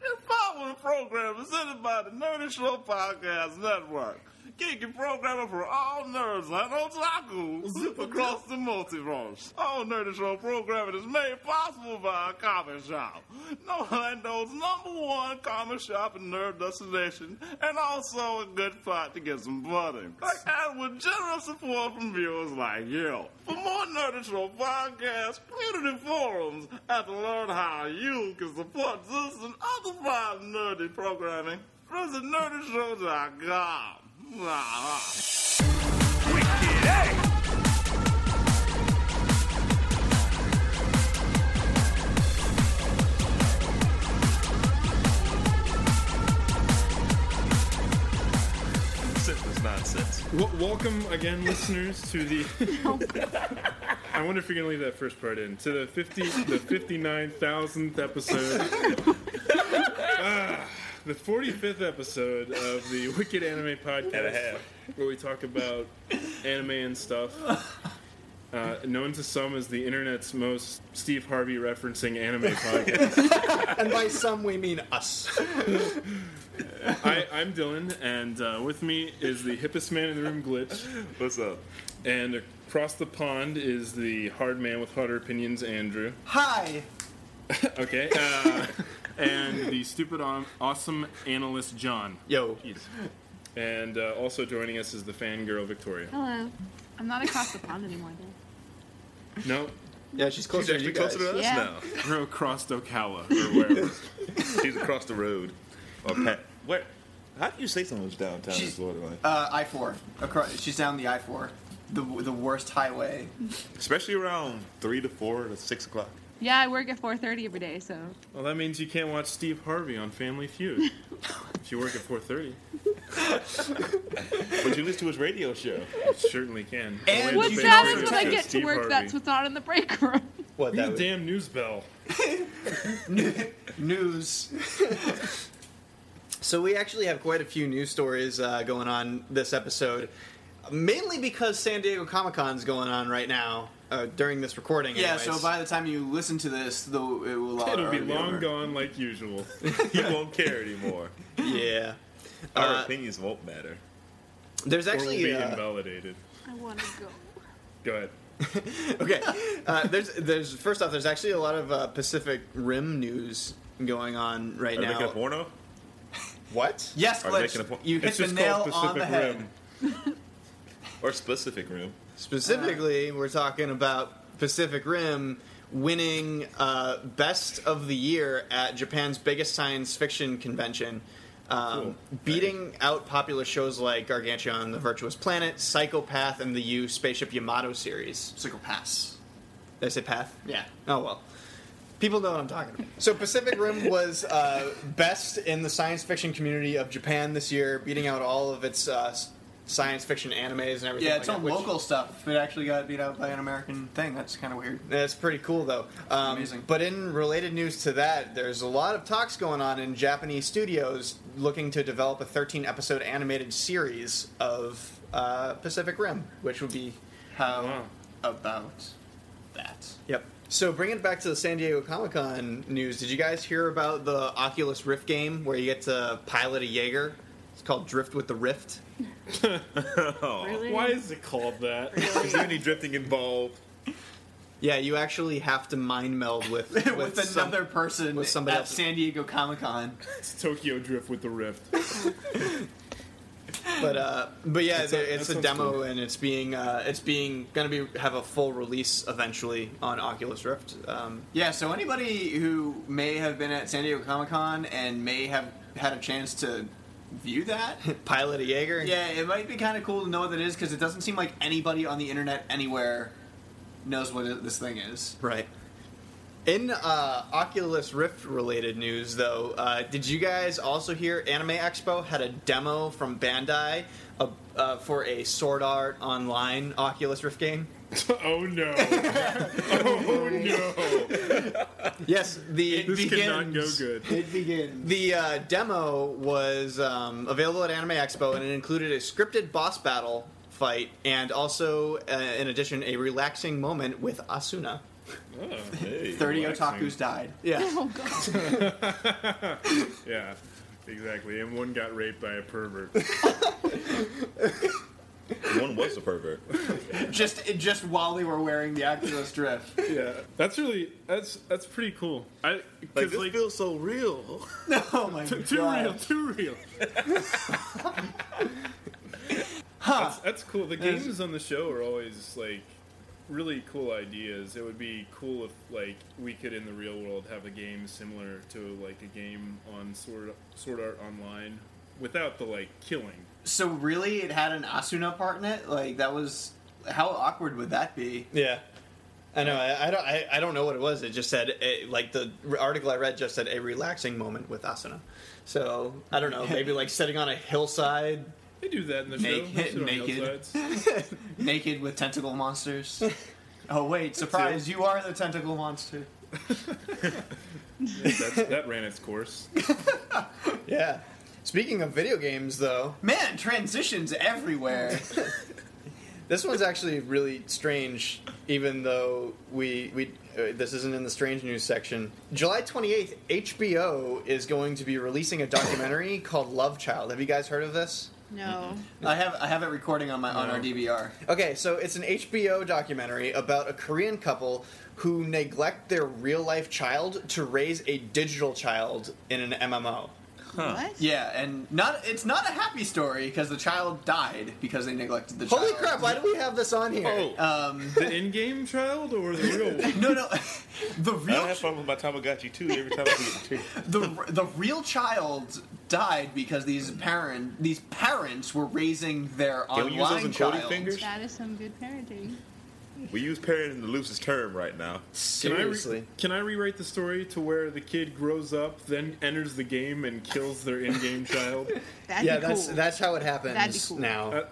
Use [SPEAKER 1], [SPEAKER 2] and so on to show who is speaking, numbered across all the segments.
[SPEAKER 1] This following program is presented by the Nerdy Show Podcast Network. Geeky programming for all nerds and otakus across the multiverse. All Nerdy Show programming is made possible by a comic shop. Norlando's number one comic shop and nerd destination, and also a good spot to get some budding. And with generous support from viewers like you. For more Nerdy Show podcasts, community forums, and to learn how you can support this and other fine nerdy programming, visit nerdyshow.com.
[SPEAKER 2] Sit this nonsense.
[SPEAKER 3] Well, welcome again, listeners, to the. I wonder if you're gonna leave that first part in to the fifty, the fifty-nine thousandth episode, Ah, the forty-fifth episode of the Wicked Anime
[SPEAKER 2] And a
[SPEAKER 3] Podcast,
[SPEAKER 2] half.
[SPEAKER 3] where we talk about anime and stuff. Uh, known to some as the internet's most Steve Harvey referencing anime podcast.
[SPEAKER 4] And by some, we mean us.
[SPEAKER 3] I, I'm Dylan, and uh, with me is the hippest man in the room, Glitch.
[SPEAKER 2] What's up?
[SPEAKER 3] And across the pond is the hard man with harder opinions, Andrew.
[SPEAKER 4] Hi!
[SPEAKER 3] Okay. Uh, and the stupid, on, awesome analyst, John.
[SPEAKER 4] Yo.
[SPEAKER 3] And uh, also joining us is the fangirl, Victoria.
[SPEAKER 5] Hello. I'm not across the pond anymore, though.
[SPEAKER 3] No,
[SPEAKER 4] Yeah, she's
[SPEAKER 2] She's
[SPEAKER 4] closer to
[SPEAKER 2] actually
[SPEAKER 4] you guys.
[SPEAKER 2] closer to us
[SPEAKER 5] Yeah.
[SPEAKER 2] now.
[SPEAKER 3] we're across Ocala or wherever.
[SPEAKER 2] She's across the road. Or Pat. Where? How do you say someone's downtown in
[SPEAKER 4] She's-
[SPEAKER 2] Florida? man?
[SPEAKER 4] Uh, I four. Across, she's down the I four, the the worst highway.
[SPEAKER 2] Especially around 3 to 4 to 6 o'clock.
[SPEAKER 5] Yeah, I work at 4:30 every day, so
[SPEAKER 3] well, that means you can't watch Steve Harvey on Family Feud. If you work at 4:30,
[SPEAKER 2] But you listen to his radio show.
[SPEAKER 3] you certainly can. Away
[SPEAKER 4] And
[SPEAKER 3] in the
[SPEAKER 4] What's
[SPEAKER 5] what
[SPEAKER 4] Big
[SPEAKER 5] happens
[SPEAKER 3] basement
[SPEAKER 5] when I
[SPEAKER 3] to
[SPEAKER 5] get to
[SPEAKER 3] Steve
[SPEAKER 5] work?
[SPEAKER 3] Harvey.
[SPEAKER 5] That's what's on in the break room.
[SPEAKER 4] What
[SPEAKER 3] Ring the damn news bell.
[SPEAKER 4] news? so we actually have quite a few news stories uh, going on this episode, mainly because San Diego Comic Con's going on right now uh, during this recording.
[SPEAKER 6] Yeah,
[SPEAKER 4] anyways.
[SPEAKER 6] so by the time you listen to this, though, it will all
[SPEAKER 3] It'll be
[SPEAKER 6] already
[SPEAKER 3] long
[SPEAKER 6] over.
[SPEAKER 3] gone, like usual.
[SPEAKER 2] He won't care anymore.
[SPEAKER 4] yeah,
[SPEAKER 2] Our
[SPEAKER 4] Uh,
[SPEAKER 2] opinions won't matter.
[SPEAKER 4] there's
[SPEAKER 3] Or will be
[SPEAKER 4] actually uh,
[SPEAKER 3] invalidated.
[SPEAKER 5] I want to go.
[SPEAKER 3] Go ahead.
[SPEAKER 4] Okay. Uh, there's there's first off, there's actually a lot of uh, Pacific Rim news going on right
[SPEAKER 2] Are they making a
[SPEAKER 4] now.
[SPEAKER 2] porno?
[SPEAKER 4] What?
[SPEAKER 6] Yes,
[SPEAKER 2] Are you making a
[SPEAKER 6] Glitch,
[SPEAKER 2] point?
[SPEAKER 6] you hit
[SPEAKER 3] It's
[SPEAKER 6] the
[SPEAKER 3] just called
[SPEAKER 6] nail on
[SPEAKER 3] Pacific
[SPEAKER 6] the head.
[SPEAKER 3] Rim.
[SPEAKER 2] Or specific room?
[SPEAKER 4] Specifically, we're talking about Pacific Rim winning uh, best of the year at Japan's biggest science fiction convention. Um, Beating out popular shows like Gargantuan, The Virtuous Planet, Psychopath, and the U Spaceship Yamato series.
[SPEAKER 6] Psychopaths.
[SPEAKER 4] Did I say path?
[SPEAKER 6] Yeah.
[SPEAKER 4] Oh well. People know what I'm talking about. So Pacific Rim was uh, best in the science fiction community of Japan this year, beating out all of its uh, s- science fiction animes and everything.
[SPEAKER 6] Yeah,
[SPEAKER 4] like
[SPEAKER 6] it's
[SPEAKER 4] that,
[SPEAKER 6] on
[SPEAKER 4] which-
[SPEAKER 6] local stuff. It actually got beat out by an American thing. That's kind of weird.
[SPEAKER 4] That's pretty cool, though. Um,
[SPEAKER 6] Amazing.
[SPEAKER 4] But in related news to that, there's a lot of talks going on in Japanese studios looking to develop a 13 episode animated series of uh, Pacific Rim, which would be
[SPEAKER 6] How
[SPEAKER 3] Wow.
[SPEAKER 6] about that?
[SPEAKER 4] Yep. So bringing it back to the San Diego Comic Con news, did you guys hear about the Oculus Rift game where you get to pilot a Jaeger? It's called Drift with the Rift.
[SPEAKER 5] Really?
[SPEAKER 3] Why is it called that?
[SPEAKER 2] Is there any drifting involved?
[SPEAKER 4] Yeah, you actually have to mind meld with
[SPEAKER 6] With,
[SPEAKER 4] some-
[SPEAKER 6] another person
[SPEAKER 4] with somebody
[SPEAKER 6] at
[SPEAKER 4] else.
[SPEAKER 6] San Diego Comic Con.
[SPEAKER 3] It's Tokyo Drift with the Rift.
[SPEAKER 4] but uh, but
[SPEAKER 3] That
[SPEAKER 4] yeah,
[SPEAKER 3] sounds-
[SPEAKER 4] there- it's
[SPEAKER 3] that
[SPEAKER 4] a
[SPEAKER 3] sounds
[SPEAKER 4] demo
[SPEAKER 3] cool.
[SPEAKER 4] and it's being uh, it's being gonna be have a full release eventually on Oculus Rift. Um,
[SPEAKER 6] Yeah, so anybody who may have been at San Diego Comic Con and may have had a chance to view that,
[SPEAKER 4] pilot a Jaeger.
[SPEAKER 6] yeah, it might be kind of cool to know what that is because it doesn't seem like anybody on the internet anywhere knows what it- this thing is.
[SPEAKER 4] Right. In uh, Oculus Rift related news, though, uh, did you guys also hear Anime Expo had a demo from Bandai uh, uh, for a Sword Art Online Oculus Rift game?
[SPEAKER 3] oh no! oh no!
[SPEAKER 4] Yes, the
[SPEAKER 3] This cannot go
[SPEAKER 4] begins-
[SPEAKER 3] good.
[SPEAKER 6] It begins.
[SPEAKER 4] The uh, demo was um, available at Anime Expo, and it included a scripted boss battle fight, and also, uh, in addition, a relaxing moment with Asuna.
[SPEAKER 3] Oh, hey,
[SPEAKER 6] 30
[SPEAKER 3] relaxing.
[SPEAKER 6] otakus died.
[SPEAKER 4] Yeah,
[SPEAKER 5] Oh god.
[SPEAKER 3] Yeah, exactly. And one got raped by a pervert.
[SPEAKER 2] One was a pervert.
[SPEAKER 6] Just just while they were wearing the Oculus Drift.
[SPEAKER 3] yeah, that's really that's that's pretty cool. I
[SPEAKER 2] Like,
[SPEAKER 3] because
[SPEAKER 2] this
[SPEAKER 3] like,
[SPEAKER 2] feels so real.
[SPEAKER 6] oh my god.
[SPEAKER 3] too real, too real. That's, that's cool. The games on the show are always like really cool ideas. It would be cool if like we could in the real world have a game similar to like a game on Sword Sword Art Online without the like killing.
[SPEAKER 6] So really, it had an Asuna part in it. Like that was how awkward would that be?
[SPEAKER 4] yeah. I know. I, I don't. I, I don't know what it was. It just said, eh, like the r- article I read just said, a relaxing moment with Asuna. So I don't know. Maybe like sitting on a hillside.
[SPEAKER 3] They do that in the show.
[SPEAKER 6] Naked-
[SPEAKER 3] They sit on
[SPEAKER 6] naked.
[SPEAKER 3] hillsides.
[SPEAKER 6] Naked with tentacle monsters. oh wait, surprise! You are the tentacle monster.
[SPEAKER 3] That's, that ran its course.
[SPEAKER 4] Yeah. Speaking of video games, though,
[SPEAKER 6] Man, transitions everywhere.
[SPEAKER 4] This one's actually really strange, even though we we uh, this isn't in the strange news section. July twenty eighth, HBO is going to be releasing a documentary called Love Child. Have you guys heard of this?
[SPEAKER 5] No.
[SPEAKER 6] I have I have it recording on my on our DVR.
[SPEAKER 4] Okay, so it's an HBO documentary about a Korean couple who neglect their real life child to raise a digital child in an MMO.
[SPEAKER 5] What?
[SPEAKER 6] Yeah, and not it's not a happy story because the child died because they neglected the
[SPEAKER 4] Holy
[SPEAKER 6] child.
[SPEAKER 4] crap! Why do we have this on here?
[SPEAKER 2] Oh,
[SPEAKER 6] Um,
[SPEAKER 3] The in-game child or the real one?
[SPEAKER 6] no, no, the
[SPEAKER 2] I don't
[SPEAKER 6] real
[SPEAKER 2] have fun with my Tamagotchi too. Every time I get a
[SPEAKER 6] the the real child died because these parent these parents were raising their
[SPEAKER 2] Can we use those
[SPEAKER 6] online
[SPEAKER 2] in Cody
[SPEAKER 6] child.
[SPEAKER 2] fingers?
[SPEAKER 5] That is some good parenting.
[SPEAKER 2] We use parent in the loosest term right now.
[SPEAKER 3] Can I,
[SPEAKER 4] Seriously.
[SPEAKER 3] re- can I rewrite the story to where the kid grows up, then enters the game and kills their in-game child?
[SPEAKER 5] That'd
[SPEAKER 4] yeah,
[SPEAKER 5] be
[SPEAKER 4] that's
[SPEAKER 5] cool.
[SPEAKER 4] that's how it happens
[SPEAKER 5] That'd be cool.
[SPEAKER 4] now.
[SPEAKER 3] Uh,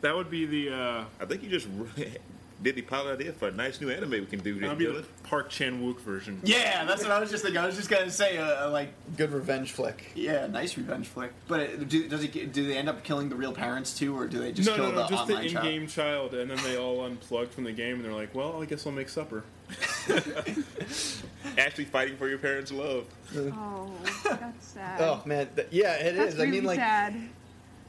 [SPEAKER 3] That would be the uh,
[SPEAKER 2] I think you just really did the pilot idea for a nice new anime we can do.
[SPEAKER 3] that'd
[SPEAKER 2] Dylan.
[SPEAKER 3] be the Park Chan Wook version.
[SPEAKER 6] Yeah, that's what I was just thinking. I was just gonna say, uh, like,
[SPEAKER 4] Good revenge flick.
[SPEAKER 6] yeah, nice revenge flick. But it, do, does it? Do they end up killing the real parents too, or do they just
[SPEAKER 3] no,
[SPEAKER 6] kill
[SPEAKER 3] no, no,
[SPEAKER 6] the
[SPEAKER 3] just the
[SPEAKER 6] online child?
[SPEAKER 3] in-game child. and then they all unplug from the game, and they're like, "Well, I guess I'll make supper."
[SPEAKER 2] Actually fighting for your parents' love.
[SPEAKER 5] Oh, that's sad.
[SPEAKER 4] Oh man, th- yeah, it is.
[SPEAKER 5] that's
[SPEAKER 4] I
[SPEAKER 5] really
[SPEAKER 4] mean, like.
[SPEAKER 5] sad.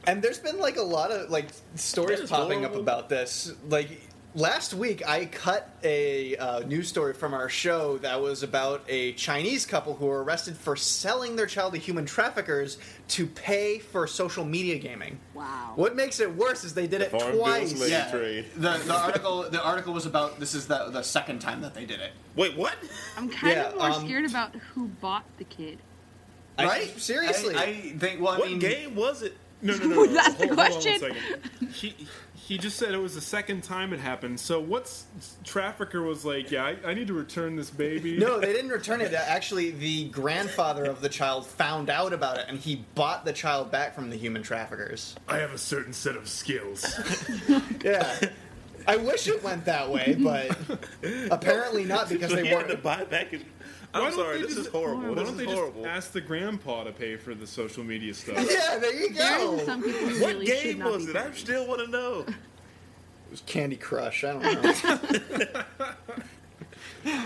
[SPEAKER 4] And there's been like a lot of like stories
[SPEAKER 2] That is
[SPEAKER 4] popping up
[SPEAKER 2] horrible.
[SPEAKER 4] about this. Like last week, I cut a uh, news story from our show that was about a Chinese couple who were arrested for selling their child to human traffickers to pay for social media gaming.
[SPEAKER 5] Wow.
[SPEAKER 4] What makes it worse is they did it
[SPEAKER 2] Farm Bill
[SPEAKER 4] twice.
[SPEAKER 2] slave.
[SPEAKER 4] Yeah.
[SPEAKER 6] yeah,
[SPEAKER 2] trade.
[SPEAKER 6] the the article the article was about this is the the second time that they did it.
[SPEAKER 2] Wait, what?
[SPEAKER 5] I'm kind
[SPEAKER 4] yeah,
[SPEAKER 5] of more
[SPEAKER 4] um,
[SPEAKER 5] scared about who bought the kid.
[SPEAKER 4] I-
[SPEAKER 6] Right?
[SPEAKER 4] seriously.
[SPEAKER 6] I, I think. Well, I
[SPEAKER 2] What
[SPEAKER 6] mean,
[SPEAKER 2] game was it?
[SPEAKER 3] No, no, no. no, no.
[SPEAKER 5] That's the
[SPEAKER 3] hold, hold on one
[SPEAKER 5] question.
[SPEAKER 3] second. He he just said it was the second time it happened. So what's trafficker was like? Yeah, I, I need to return this baby.
[SPEAKER 4] No, they didn't return it. Actually, the grandfather of the child found out about it, and he bought the child back from the human traffickers.
[SPEAKER 3] I have a certain set of skills.
[SPEAKER 4] Yeah. I wish it went that way, but apparently not because
[SPEAKER 2] So
[SPEAKER 4] they
[SPEAKER 2] he had
[SPEAKER 4] weren't.
[SPEAKER 2] to buy back his.
[SPEAKER 3] Why
[SPEAKER 2] I'm
[SPEAKER 3] don't
[SPEAKER 2] sorry,
[SPEAKER 3] they
[SPEAKER 2] this
[SPEAKER 3] just-
[SPEAKER 2] is horrible.
[SPEAKER 3] Why
[SPEAKER 2] This
[SPEAKER 3] don't
[SPEAKER 2] is
[SPEAKER 3] they
[SPEAKER 2] horrible.
[SPEAKER 3] just ask the grandpa to pay for the social media stuff?
[SPEAKER 4] Yeah, there you
[SPEAKER 5] There
[SPEAKER 4] go.
[SPEAKER 5] is some people who
[SPEAKER 2] What
[SPEAKER 5] really should
[SPEAKER 2] game
[SPEAKER 5] not
[SPEAKER 2] was
[SPEAKER 5] be
[SPEAKER 2] it? I
[SPEAKER 5] buying.
[SPEAKER 2] still want to know.
[SPEAKER 4] Candy Crush. I don't know.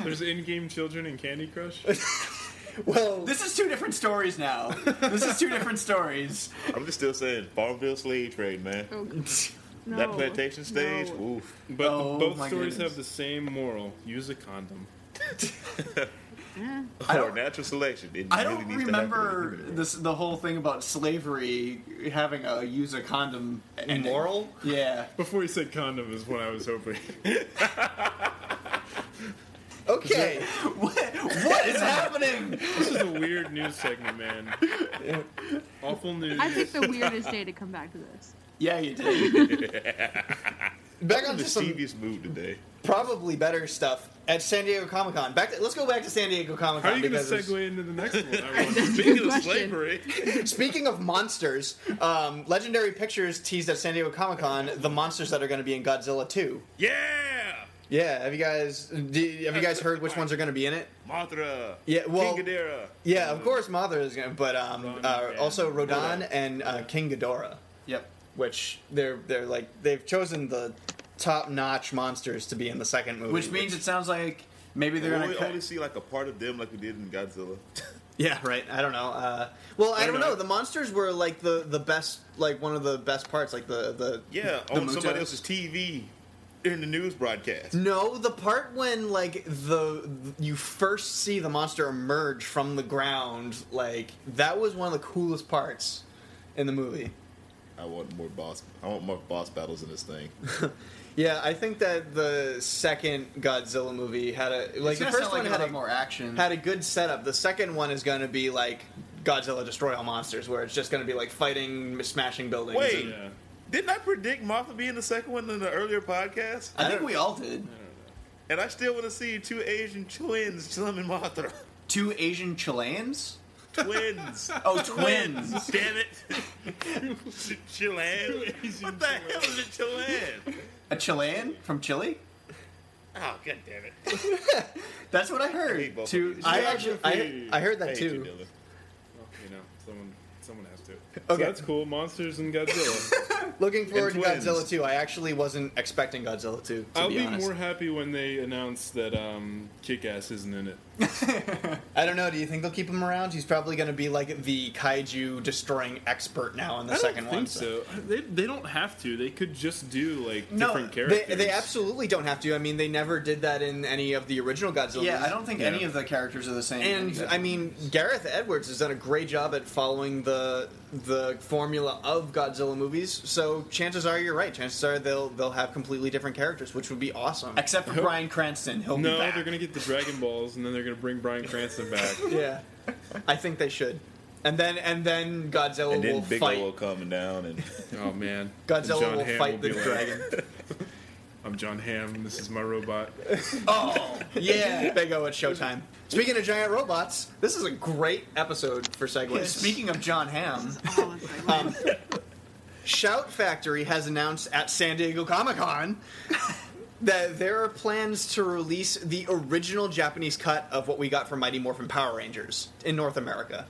[SPEAKER 3] There's in-game children in Candy Crush.
[SPEAKER 4] Well,
[SPEAKER 6] this is two different stories now. this is two different stories.
[SPEAKER 2] I'm just still saying Farmville slave trade, man.
[SPEAKER 5] Oh, God. no.
[SPEAKER 2] that plantation stage,
[SPEAKER 5] No.
[SPEAKER 2] oof.
[SPEAKER 3] But
[SPEAKER 6] Oh,
[SPEAKER 3] both
[SPEAKER 6] my
[SPEAKER 3] stories
[SPEAKER 6] goodness.
[SPEAKER 3] have the same moral: use a condom.
[SPEAKER 5] Yeah.
[SPEAKER 6] I
[SPEAKER 2] Or
[SPEAKER 6] don't-
[SPEAKER 2] natural selection. It
[SPEAKER 6] I
[SPEAKER 2] really
[SPEAKER 6] don't
[SPEAKER 2] needs to happen in
[SPEAKER 6] remember
[SPEAKER 2] human
[SPEAKER 6] this the whole thing about slavery having a use a condom ending.
[SPEAKER 4] moral.
[SPEAKER 6] Yeah.
[SPEAKER 3] Before he said condom is what I was hoping.
[SPEAKER 4] Okay.
[SPEAKER 6] What, what is happening?
[SPEAKER 3] this is a weird news segment, man. Awful news.
[SPEAKER 5] I picked the weirdest day to come back to this.
[SPEAKER 6] Yeah, you did.
[SPEAKER 4] back
[SPEAKER 2] I'm in
[SPEAKER 4] onto
[SPEAKER 2] a
[SPEAKER 4] some
[SPEAKER 2] mischievous mood today.
[SPEAKER 4] probably better stuff at San Diego Comic Con. Back, to, let's go back to San Diego Comic
[SPEAKER 3] How are
[SPEAKER 4] Con
[SPEAKER 3] you going to
[SPEAKER 4] because it's-
[SPEAKER 3] segue into the next one? I want-
[SPEAKER 2] Speaking of
[SPEAKER 5] question.
[SPEAKER 2] slavery,
[SPEAKER 4] speaking of monsters, um, Legendary Pictures teased at San Diego Comic Con the monsters that are going to be in Godzilla 2.
[SPEAKER 2] yeah,
[SPEAKER 4] Yeah, have you guys do, have you guys heard which ones are going to be in it?
[SPEAKER 2] Mothra,
[SPEAKER 4] Yeah, well-
[SPEAKER 2] King Ghidorah.
[SPEAKER 4] Yeah, of course Mothra is going, to but um,
[SPEAKER 3] Rodan,
[SPEAKER 4] uh,
[SPEAKER 3] yeah.
[SPEAKER 4] also Rodan and uh, King Ghidorah,
[SPEAKER 6] Yep.
[SPEAKER 4] which they're they're like they've chosen the top notch monsters to be in the second movie.
[SPEAKER 6] Which means it sounds like maybe they're
[SPEAKER 2] We'll
[SPEAKER 6] going
[SPEAKER 2] only,
[SPEAKER 6] to cut.
[SPEAKER 2] only see like a part of them, like we did in Godzilla.
[SPEAKER 4] Yeah, right. I don't know. Uh, well, I
[SPEAKER 3] Or
[SPEAKER 4] don't
[SPEAKER 3] not.
[SPEAKER 4] know. The monsters were like the the best, like one of the best parts, like the the
[SPEAKER 2] Yeah,
[SPEAKER 4] the
[SPEAKER 2] on somebody
[SPEAKER 4] Mutas.
[SPEAKER 2] else's TV in the news broadcast.
[SPEAKER 4] No, the part when like the you first see the monster emerge from the ground, like that was one of the coolest parts in the movie.
[SPEAKER 2] I want more boss. I want more boss battles in this thing.
[SPEAKER 4] Yeah, I think that the second Godzilla movie had a like
[SPEAKER 6] It's
[SPEAKER 4] the
[SPEAKER 6] gonna
[SPEAKER 4] first
[SPEAKER 6] sound like
[SPEAKER 4] one
[SPEAKER 6] it'll
[SPEAKER 4] had a
[SPEAKER 6] have more action.
[SPEAKER 4] had a good setup. The second one is going to be like Godzilla destroy all monsters, where it's just going to be like fighting, smashing buildings.
[SPEAKER 2] Wait.
[SPEAKER 4] and-
[SPEAKER 3] yeah.
[SPEAKER 2] Didn't I predict Mothra being the second one in the earlier podcast?
[SPEAKER 6] I think we all did.
[SPEAKER 2] And I still want to see two Asian twins summon Mothra.
[SPEAKER 6] Two Asian Chileans.
[SPEAKER 2] Twins.
[SPEAKER 6] Oh, twins.
[SPEAKER 2] Damn it. Ch- Chilean. What the hell is a Chilean?
[SPEAKER 6] a Chilean from Chile.
[SPEAKER 2] Oh, god damn it.
[SPEAKER 6] That's what I
[SPEAKER 2] Hey,
[SPEAKER 6] heard.
[SPEAKER 2] both
[SPEAKER 6] Two.
[SPEAKER 2] of you.
[SPEAKER 4] I actually I, I heard that
[SPEAKER 2] Thank you,
[SPEAKER 4] too.
[SPEAKER 2] Dylan.
[SPEAKER 3] Well, you know, someone someone has to. So
[SPEAKER 4] Okay.
[SPEAKER 3] that's cool. Monsters and Godzilla.
[SPEAKER 4] Looking forward to
[SPEAKER 2] And twins.
[SPEAKER 4] Godzilla 2. I actually wasn't expecting Godzilla 2, to
[SPEAKER 3] I'll
[SPEAKER 4] be,
[SPEAKER 3] be,
[SPEAKER 4] honest.
[SPEAKER 3] more happy when they announce that um, Kick Ass isn't in it.
[SPEAKER 4] I don't know. Do you think they'll keep him around? He's probably going to be like the kaiju destroying expert now in the
[SPEAKER 3] I
[SPEAKER 4] second
[SPEAKER 3] don't think
[SPEAKER 4] one.
[SPEAKER 3] so. They, they don't have to. They could just do like
[SPEAKER 4] No,
[SPEAKER 3] different
[SPEAKER 4] they,
[SPEAKER 3] characters.
[SPEAKER 4] they absolutely don't have to. I mean, they never did that in any of the original Godzilla.
[SPEAKER 6] Yeah,
[SPEAKER 4] movies.
[SPEAKER 6] I don't think any of the characters are the same. in
[SPEAKER 4] And
[SPEAKER 6] any
[SPEAKER 4] I mean, Gareth Edwards has done a great job at following the the formula of Godzilla movies. So chances are you're right. Chances are they'll they'll have completely different characters, which would be awesome.
[SPEAKER 6] except for Brian Cranston. He'll be
[SPEAKER 3] No,
[SPEAKER 6] back.
[SPEAKER 3] they're gonna get the Dragon Balls and then they're gonna bring Brian Cranston back.
[SPEAKER 4] yeah, I think they should. And then and then Godzilla
[SPEAKER 2] And
[SPEAKER 4] will
[SPEAKER 2] then Big
[SPEAKER 4] fight.
[SPEAKER 2] O coming down and
[SPEAKER 3] oh man,
[SPEAKER 4] Godzilla
[SPEAKER 3] John
[SPEAKER 4] will
[SPEAKER 3] Hamm
[SPEAKER 4] fight
[SPEAKER 3] will
[SPEAKER 4] the
[SPEAKER 3] be like,
[SPEAKER 4] dragon.
[SPEAKER 3] I'm John Ham. This is my robot.
[SPEAKER 6] Oh,
[SPEAKER 4] Yeah, they go at showtime. Speaking of giant robots, this is a great episode for segues.
[SPEAKER 6] speaking of John Hamm,
[SPEAKER 5] All in segments.
[SPEAKER 4] Shout Factory has announced at San Diego Comic Con that there are plans to release the original Japanese cut of what we got from Mighty Morphin Power Rangers in North America.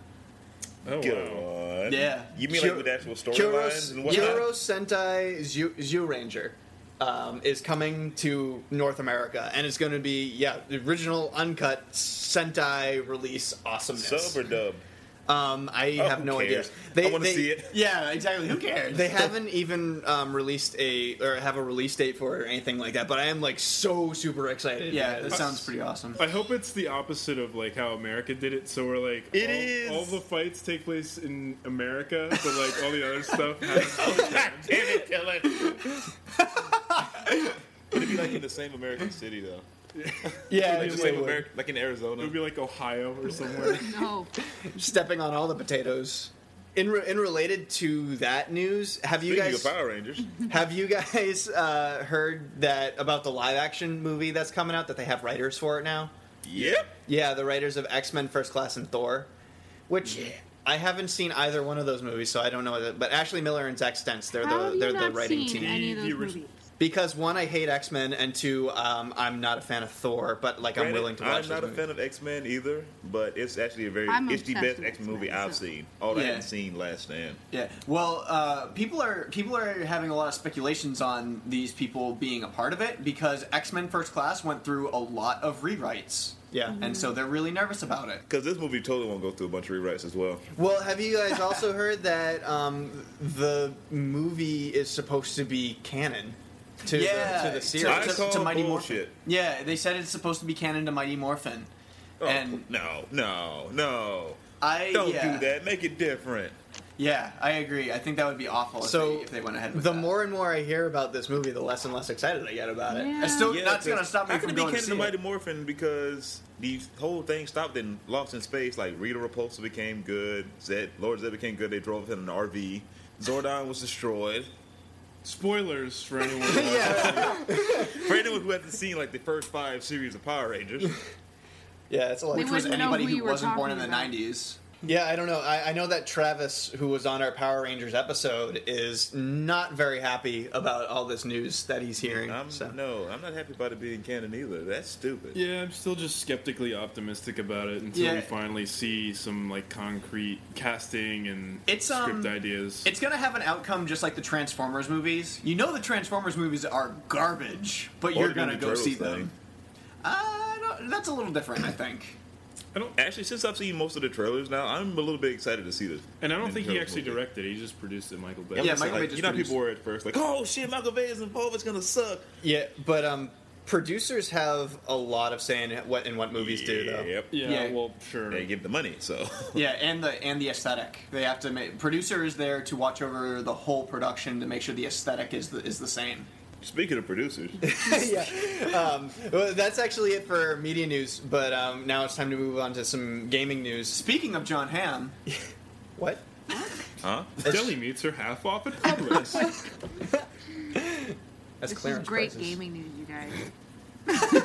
[SPEAKER 3] Oh wow.
[SPEAKER 2] go on.
[SPEAKER 6] Yeah.
[SPEAKER 2] You mean
[SPEAKER 4] Kyo-
[SPEAKER 2] like with actual
[SPEAKER 4] Kyoro
[SPEAKER 2] storylines and whatnot?
[SPEAKER 4] Kyoro Sentai Zyu Zyu Ranger um, is coming to North America, and it's going to be yeah, the original uncut Sentai release awesomeness.
[SPEAKER 2] Sub or dub?
[SPEAKER 4] Um, I
[SPEAKER 2] Oh,
[SPEAKER 4] have
[SPEAKER 2] who
[SPEAKER 4] no
[SPEAKER 2] cares?
[SPEAKER 4] idea.
[SPEAKER 2] I wanna see it.
[SPEAKER 6] yeah, exactly. Who cares?
[SPEAKER 4] They haven't even um, released a or have a release date for it or anything like that. But I am like so super excited.
[SPEAKER 6] yeah, that
[SPEAKER 4] because-
[SPEAKER 6] sounds pretty awesome.
[SPEAKER 3] I hope it's the opposite of like how America did it. So we're like,
[SPEAKER 2] It
[SPEAKER 3] all,
[SPEAKER 2] is.
[SPEAKER 3] all the fights take place in America, but like all the other stuff. Has,
[SPEAKER 2] God damn it, Dylan. Would it be like in the same American city though?
[SPEAKER 4] yeah,
[SPEAKER 2] Like
[SPEAKER 4] it
[SPEAKER 2] the same
[SPEAKER 4] would.
[SPEAKER 2] American, like in Arizona.
[SPEAKER 3] it'll be like Ohio or somewhere.
[SPEAKER 5] no.
[SPEAKER 4] stepping on all the potatoes. In, re- in related to that news, have you
[SPEAKER 2] Speaking
[SPEAKER 4] guys
[SPEAKER 2] of Power Rangers,
[SPEAKER 4] have you guys uh, heard that about the live action movie that's coming out that they have writers for it now?
[SPEAKER 2] yep.
[SPEAKER 4] Yeah, the writers of X Men First Class and Thor, which I haven't seen either one of those movies, so I don't know. That, but Ashley Miller and Zach Stentz, they're the
[SPEAKER 5] How have you
[SPEAKER 4] they're the
[SPEAKER 5] not
[SPEAKER 4] writing
[SPEAKER 5] seen
[SPEAKER 4] team.
[SPEAKER 5] any of
[SPEAKER 3] The-
[SPEAKER 5] those
[SPEAKER 3] the orig-
[SPEAKER 5] movies?
[SPEAKER 4] Because one, I hate X Men, and two, um, I'm not a fan of Thor, but like I'm
[SPEAKER 2] Granted,
[SPEAKER 4] willing to watch.
[SPEAKER 2] I'm not
[SPEAKER 4] those
[SPEAKER 2] a
[SPEAKER 4] movies.
[SPEAKER 2] fan of X Men either, but it's actually a very
[SPEAKER 5] I'm
[SPEAKER 2] it's the
[SPEAKER 5] obsessed
[SPEAKER 2] best
[SPEAKER 5] with
[SPEAKER 2] X Men movie
[SPEAKER 5] X-Men,
[SPEAKER 2] I've
[SPEAKER 5] so-
[SPEAKER 2] seen. Although I
[SPEAKER 6] Yeah.
[SPEAKER 2] haven't seen Last Stand.
[SPEAKER 6] Yeah. Well, uh, people are people are having a lot of speculations on these people being a part of it because X Men First Class went through a lot of rewrites.
[SPEAKER 4] Yeah.
[SPEAKER 5] Mm-hmm.
[SPEAKER 6] And so they're really nervous about it.
[SPEAKER 2] Because this movie totally won't go through a bunch of rewrites as well.
[SPEAKER 4] Well, have you guys also heard that um, the movie is supposed to be canon to the, to the series?
[SPEAKER 2] I
[SPEAKER 6] to,
[SPEAKER 2] call
[SPEAKER 6] to Mighty
[SPEAKER 2] bullshit.
[SPEAKER 6] Morphin. Yeah, they said it's supposed to be canon to Mighty Morphin,
[SPEAKER 2] Oh,
[SPEAKER 6] and
[SPEAKER 2] no, no, no!
[SPEAKER 6] I
[SPEAKER 2] Don't
[SPEAKER 6] yeah,
[SPEAKER 2] do that. Make it different.
[SPEAKER 6] Yeah, I agree. I think that would be awful. If
[SPEAKER 4] so
[SPEAKER 6] they, if they went ahead with
[SPEAKER 4] the
[SPEAKER 6] that.
[SPEAKER 4] more and more I hear about this movie, the less and less excited I get about it.
[SPEAKER 5] Yeah.
[SPEAKER 6] it's still not
[SPEAKER 2] 'cause
[SPEAKER 6] going to stop me
[SPEAKER 2] how
[SPEAKER 6] from
[SPEAKER 2] can
[SPEAKER 6] going
[SPEAKER 2] it
[SPEAKER 6] to
[SPEAKER 2] be
[SPEAKER 6] see
[SPEAKER 2] the
[SPEAKER 6] it.
[SPEAKER 2] Mighty Morphin because the whole thing stopped in Lost in Space. Like Rita Repulsa became good. Zed, Lord Zed became good. They drove him in an RV. Zordon was destroyed.
[SPEAKER 3] Spoilers for anyone.
[SPEAKER 2] For anyone who hasn't seen like the first five series of Power Rangers,
[SPEAKER 4] Yeah, it's a lot.
[SPEAKER 5] They
[SPEAKER 6] Which was
[SPEAKER 5] wouldn't know
[SPEAKER 6] anybody
[SPEAKER 5] who
[SPEAKER 6] who
[SPEAKER 5] you were
[SPEAKER 6] wasn't born in
[SPEAKER 5] talking
[SPEAKER 6] the
[SPEAKER 5] about.
[SPEAKER 6] 90s.
[SPEAKER 4] Yeah, I don't know. I, I know that Travis, who was on our Power Rangers episode, is not very happy about all this news that he's hearing.
[SPEAKER 2] I'm
[SPEAKER 4] so.
[SPEAKER 2] no, I'm not happy about it being canon either. That's stupid.
[SPEAKER 3] Yeah, I'm still just skeptically optimistic about it until
[SPEAKER 6] Yeah.
[SPEAKER 3] we finally see some like concrete casting and
[SPEAKER 6] It's,
[SPEAKER 3] script
[SPEAKER 6] um,
[SPEAKER 3] ideas.
[SPEAKER 6] It's gonna have an outcome just like the Transformers movies. You know the Transformers movies are garbage, but
[SPEAKER 2] Or
[SPEAKER 6] you're
[SPEAKER 2] doing
[SPEAKER 6] gonna
[SPEAKER 2] the
[SPEAKER 6] go
[SPEAKER 2] Turtles
[SPEAKER 6] see
[SPEAKER 2] thing.
[SPEAKER 6] them. Uh, no, that's a little different, I think.
[SPEAKER 3] I don't,
[SPEAKER 2] Actually, since I've seen most of the trailers now, I'm a little bit excited to see this.
[SPEAKER 3] and I don't
[SPEAKER 2] in
[SPEAKER 3] think he
[SPEAKER 2] Turtles
[SPEAKER 3] actually
[SPEAKER 2] movie.
[SPEAKER 3] directed. He just produced it. Michael Bay.
[SPEAKER 6] Yeah,
[SPEAKER 2] So,
[SPEAKER 6] Michael Bay
[SPEAKER 2] like,
[SPEAKER 6] just
[SPEAKER 2] You know, how
[SPEAKER 6] produced-
[SPEAKER 2] people were at first like, "Oh shit, Michael Bay is involved. It's gonna suck."
[SPEAKER 4] Yeah, but um, producers have a lot of saying in what in what movies do though.
[SPEAKER 2] Yep.
[SPEAKER 3] Yeah,
[SPEAKER 6] Yeah.
[SPEAKER 3] well, sure.
[SPEAKER 2] uh, They give the money, so
[SPEAKER 6] Yeah, and the and the aesthetic. They have to make producer is there to watch over the whole production to make sure the aesthetic is the, is the same.
[SPEAKER 2] Speaking of producers,
[SPEAKER 4] yeah. Um, well, that's actually it for media news. But um, now it's time to move on to some gaming news.
[SPEAKER 6] Speaking of John Hamm,
[SPEAKER 4] What?
[SPEAKER 2] huh?
[SPEAKER 3] Deli meats are half off at Publix.
[SPEAKER 4] That's
[SPEAKER 5] This is
[SPEAKER 4] clearance
[SPEAKER 5] great
[SPEAKER 4] prices.
[SPEAKER 5] gaming news, you guys.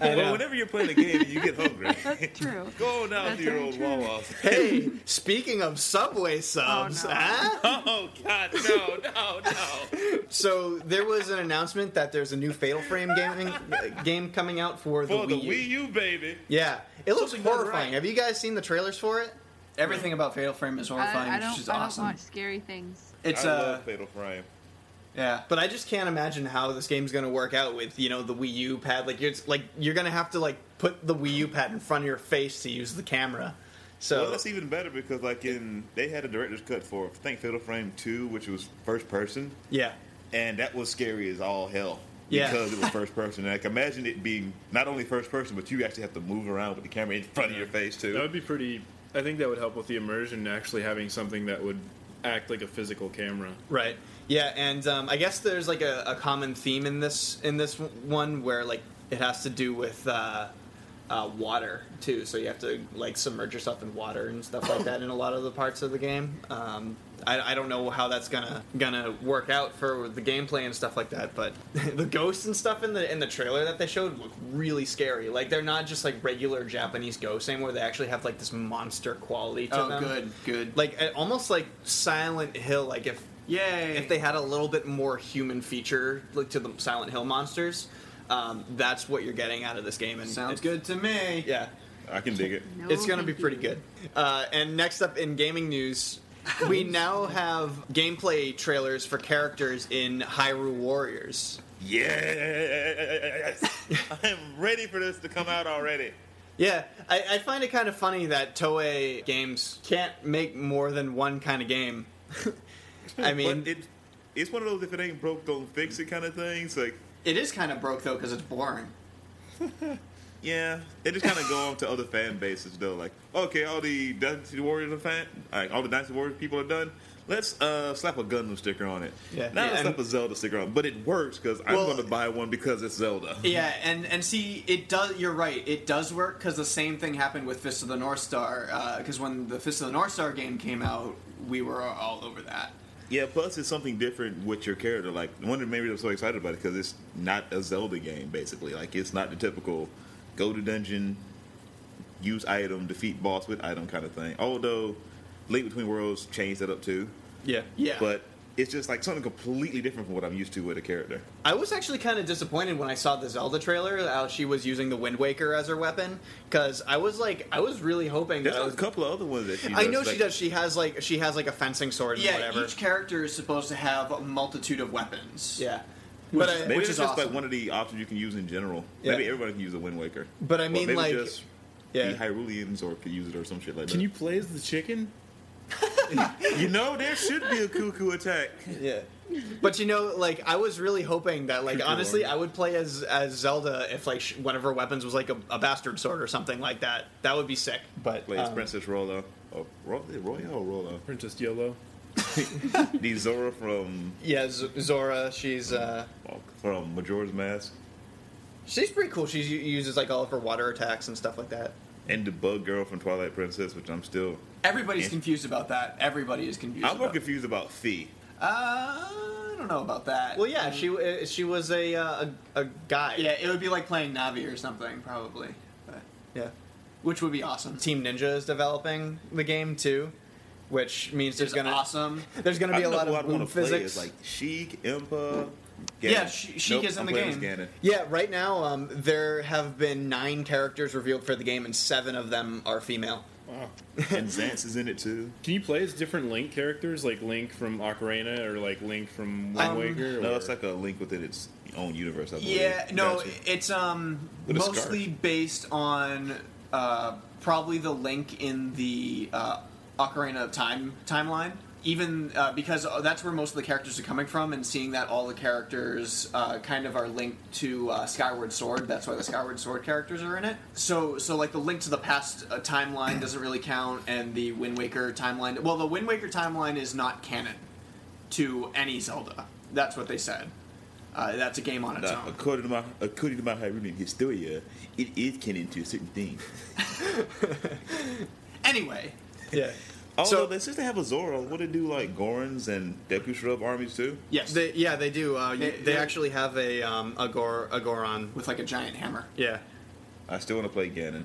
[SPEAKER 4] I know.
[SPEAKER 2] Well, whenever you're playing a game and you get hungry,
[SPEAKER 5] That's true.
[SPEAKER 2] go down
[SPEAKER 5] That's
[SPEAKER 2] to your
[SPEAKER 5] very
[SPEAKER 2] old
[SPEAKER 5] true.
[SPEAKER 2] Wawa.
[SPEAKER 4] Hey, speaking of Subway subs,
[SPEAKER 5] no.
[SPEAKER 4] huh?
[SPEAKER 2] Oh God, no, no, no!
[SPEAKER 4] So there was an announcement that there's a new Fatal Frame gaming uh, game coming out for the,
[SPEAKER 2] For the
[SPEAKER 4] Wii, U.
[SPEAKER 2] Wii U, baby.
[SPEAKER 4] Yeah, it looks
[SPEAKER 2] Something went
[SPEAKER 4] horrifying.
[SPEAKER 2] right.
[SPEAKER 4] Have you guys seen the trailers for it?
[SPEAKER 6] everything about Fatal Frame is horrifying,
[SPEAKER 5] I, I don't,
[SPEAKER 6] which is
[SPEAKER 5] I don't
[SPEAKER 6] awesome.
[SPEAKER 5] watch scary things.
[SPEAKER 6] It's
[SPEAKER 2] I
[SPEAKER 6] uh,
[SPEAKER 2] love Fatal Frame.
[SPEAKER 6] yeah.
[SPEAKER 4] But I just can't imagine how this game's going to work out with you know the Wii U pad. Like you're like you're going to have to like put the Wii U pad in front of your face to use the camera. So
[SPEAKER 2] Well, that's even better because like in they had a director's cut for I think Fatal Frame Two, which was first person,
[SPEAKER 4] yeah,
[SPEAKER 2] and that was scary as all hell.
[SPEAKER 4] Yeah.
[SPEAKER 2] Because it was first person. Like imagine it being not only first person, but you actually have to move around with the camera in front of your face too.
[SPEAKER 3] that would be pretty. I think that would help with the immersion. Actually, having something that would act like a physical camera.
[SPEAKER 4] right. Yeah, and um, I guess there's like a, a common theme in this in this one where like it has to do with uh, uh, water too. So you have to like submerge yourself in water and stuff like that in a lot of the parts of the game. Um, I, I don't know how that's gonna gonna work out for the gameplay and stuff like that, but the ghosts and stuff in the in the trailer that they showed look really scary. Like they're not just like regular Japanese ghosts anymore. They actually have like this monster quality to
[SPEAKER 6] Oh,
[SPEAKER 4] them.
[SPEAKER 6] good, good.
[SPEAKER 4] Like uh, almost like Silent Hill. Like if
[SPEAKER 6] Yay!
[SPEAKER 4] if they had a little bit more human feature like to the Silent Hill monsters, um, that's what you're getting out of this game. And
[SPEAKER 6] sounds
[SPEAKER 4] it-
[SPEAKER 6] good to me.
[SPEAKER 4] Yeah,
[SPEAKER 2] I can dig it.
[SPEAKER 5] No,
[SPEAKER 4] it's going to be
[SPEAKER 5] thank
[SPEAKER 4] pretty
[SPEAKER 5] you.
[SPEAKER 4] good. Uh, and next up in gaming news, we now have gameplay trailers for characters in Hyrule Warriors.
[SPEAKER 2] Yes, I am ready for this to come out already.
[SPEAKER 4] Yeah, I, I find it kind of funny that Toei Games can't make more than one kind of game. I mean,
[SPEAKER 2] but it, it's one of those if it ain't broke, don't fix it kind of things. Like,
[SPEAKER 6] It is kind of broke though because it's boring.
[SPEAKER 4] Mm-hmm.
[SPEAKER 2] yeah, they just kind of go on to other fan bases though. Like, okay, all the Dynasty Warriors are fan, like, all the Dynasty Warriors people are done. Let's uh, slap a Gundam sticker on it.
[SPEAKER 4] Yeah.
[SPEAKER 2] Now
[SPEAKER 4] Yeah,
[SPEAKER 2] let's slap
[SPEAKER 4] and-
[SPEAKER 2] a Zelda sticker on. it. But it works because
[SPEAKER 4] Well-
[SPEAKER 2] I'm going to buy one because it's Zelda.
[SPEAKER 6] Yeah, and and see, it does. You're right. It does work because the same thing happened with Fist of the North Star. Because when the Fist of the North Star game came out, we were all over that.
[SPEAKER 2] Yeah, plus it's something different with your character. Like one of the main reasons I'm so excited about it because it's not a Zelda game, basically. Like it's not the typical go to dungeon, use item, defeat boss with item kind of thing. Although Link Between Worlds changed that up too,
[SPEAKER 4] yeah,
[SPEAKER 6] Yeah,
[SPEAKER 2] but it's just like something completely different from what I'm used to with a character.
[SPEAKER 4] I was actually kind of disappointed when I saw the Zelda trailer how she was using the Wind Waker as her weapon because I was like, I was really hoping
[SPEAKER 2] There's
[SPEAKER 4] that I
[SPEAKER 2] a
[SPEAKER 4] was.
[SPEAKER 2] couple of other ones that she. Does,
[SPEAKER 4] I know
[SPEAKER 2] like-
[SPEAKER 4] she does. She has like she has like a fencing sword and
[SPEAKER 6] yeah,
[SPEAKER 4] Mm-hmm. whatever.
[SPEAKER 6] each character is supposed to have a multitude of weapons.
[SPEAKER 4] yeah,
[SPEAKER 6] Which
[SPEAKER 4] but uh,
[SPEAKER 6] is
[SPEAKER 4] I,
[SPEAKER 2] Maybe
[SPEAKER 6] Which
[SPEAKER 2] it's
[SPEAKER 6] is
[SPEAKER 2] just
[SPEAKER 6] awesome.
[SPEAKER 2] like one of the options you can use in general.
[SPEAKER 4] Yeah.
[SPEAKER 2] Maybe everybody can use a Wind Waker.
[SPEAKER 4] but I
[SPEAKER 2] Or
[SPEAKER 4] mean
[SPEAKER 2] maybe
[SPEAKER 4] like
[SPEAKER 2] just the
[SPEAKER 4] yeah.
[SPEAKER 2] Hyruleans or could use it or some shit like
[SPEAKER 3] Can
[SPEAKER 2] that.
[SPEAKER 3] you play as the chicken?
[SPEAKER 2] you know, there should be a cuckoo attack.
[SPEAKER 4] Yeah. But you know, like I was really hoping that, like
[SPEAKER 3] Cuckoo
[SPEAKER 4] honestly,
[SPEAKER 3] Lord.
[SPEAKER 4] I would play as as Zelda if like sh- one of her weapons was like a, a bastard sword or something like that. That would be sick. But
[SPEAKER 2] plays
[SPEAKER 4] um,
[SPEAKER 2] Princess Rolo. Oh, Ro- is it Royal or Rolo?
[SPEAKER 3] Princess Yellow.
[SPEAKER 2] The Zora from
[SPEAKER 4] yeah, Z- Zora, she's uh,
[SPEAKER 2] from Majora's Mask,
[SPEAKER 4] she's pretty cool. She u- uses like all of her water attacks and stuff like that.
[SPEAKER 2] and the Bug Girl from Twilight Princess, which I'm still
[SPEAKER 6] everybody's
[SPEAKER 2] Yeah.
[SPEAKER 6] confused about that. Everybody is confused.
[SPEAKER 2] I'm more
[SPEAKER 6] about
[SPEAKER 2] confused about Fee.
[SPEAKER 6] Uh, I don't know about that.
[SPEAKER 4] Well, yeah, she uh, she was a uh, a, a guy.
[SPEAKER 6] yeah, it would be like playing Navi or something probably, but,
[SPEAKER 4] yeah.
[SPEAKER 6] which would be awesome.
[SPEAKER 4] Team Ninja is developing the game too, which means there's
[SPEAKER 6] It's
[SPEAKER 4] gonna
[SPEAKER 6] awesome.
[SPEAKER 4] there's gonna
[SPEAKER 2] I
[SPEAKER 4] be a
[SPEAKER 2] know
[SPEAKER 4] lot
[SPEAKER 2] who
[SPEAKER 4] of
[SPEAKER 2] I'd wanna
[SPEAKER 4] boom physics.
[SPEAKER 2] Play is like Sheik, Impa.
[SPEAKER 6] Yeah, She- Sheik is in
[SPEAKER 2] I'm
[SPEAKER 6] the
[SPEAKER 2] playing as
[SPEAKER 6] game.
[SPEAKER 2] Ganon.
[SPEAKER 4] yeah, right now um, there have been nine characters revealed for the game, and seven of them are female.
[SPEAKER 3] Wow.
[SPEAKER 2] And Zance is in it too.
[SPEAKER 3] Can you play as different Link characters, like Link from Ocarina or like Link from Wind
[SPEAKER 4] Um,
[SPEAKER 3] Waker?
[SPEAKER 2] No,
[SPEAKER 3] or-
[SPEAKER 2] it's like a link within its own universe. I believe.
[SPEAKER 6] Yeah, no,
[SPEAKER 2] Gotcha.
[SPEAKER 6] it's um
[SPEAKER 2] With a scarf.
[SPEAKER 6] mostly based on uh, probably the link in the uh, Ocarina of Time timeline. Even uh, because that's where most of the characters are coming from, and seeing that all the characters uh, kind of are linked to uh, Skyward Sword, that's why the Skyward Sword characters are in it. So, so like the link to the past uh, timeline doesn't really count, and the Wind Waker timeline. Well, the Wind Waker timeline is not canon to any Zelda. That's what they said. Uh, that's a game on its
[SPEAKER 2] Now,
[SPEAKER 6] own.
[SPEAKER 2] according to my according to my Hyrulean Historia, it is canon to a certain thing.
[SPEAKER 6] Anyway,
[SPEAKER 4] Yeah.
[SPEAKER 2] Although
[SPEAKER 4] So-
[SPEAKER 2] they since they have a Zora, what they do like Gorons and Deku Shrub armies too?
[SPEAKER 6] yes,
[SPEAKER 4] They, yeah, they do. Uh, you- they,
[SPEAKER 6] They- they-
[SPEAKER 4] actually have a um, a, Gor- a Goron.
[SPEAKER 6] with like a giant hammer.
[SPEAKER 4] Yeah.
[SPEAKER 2] I still want to play Ganon.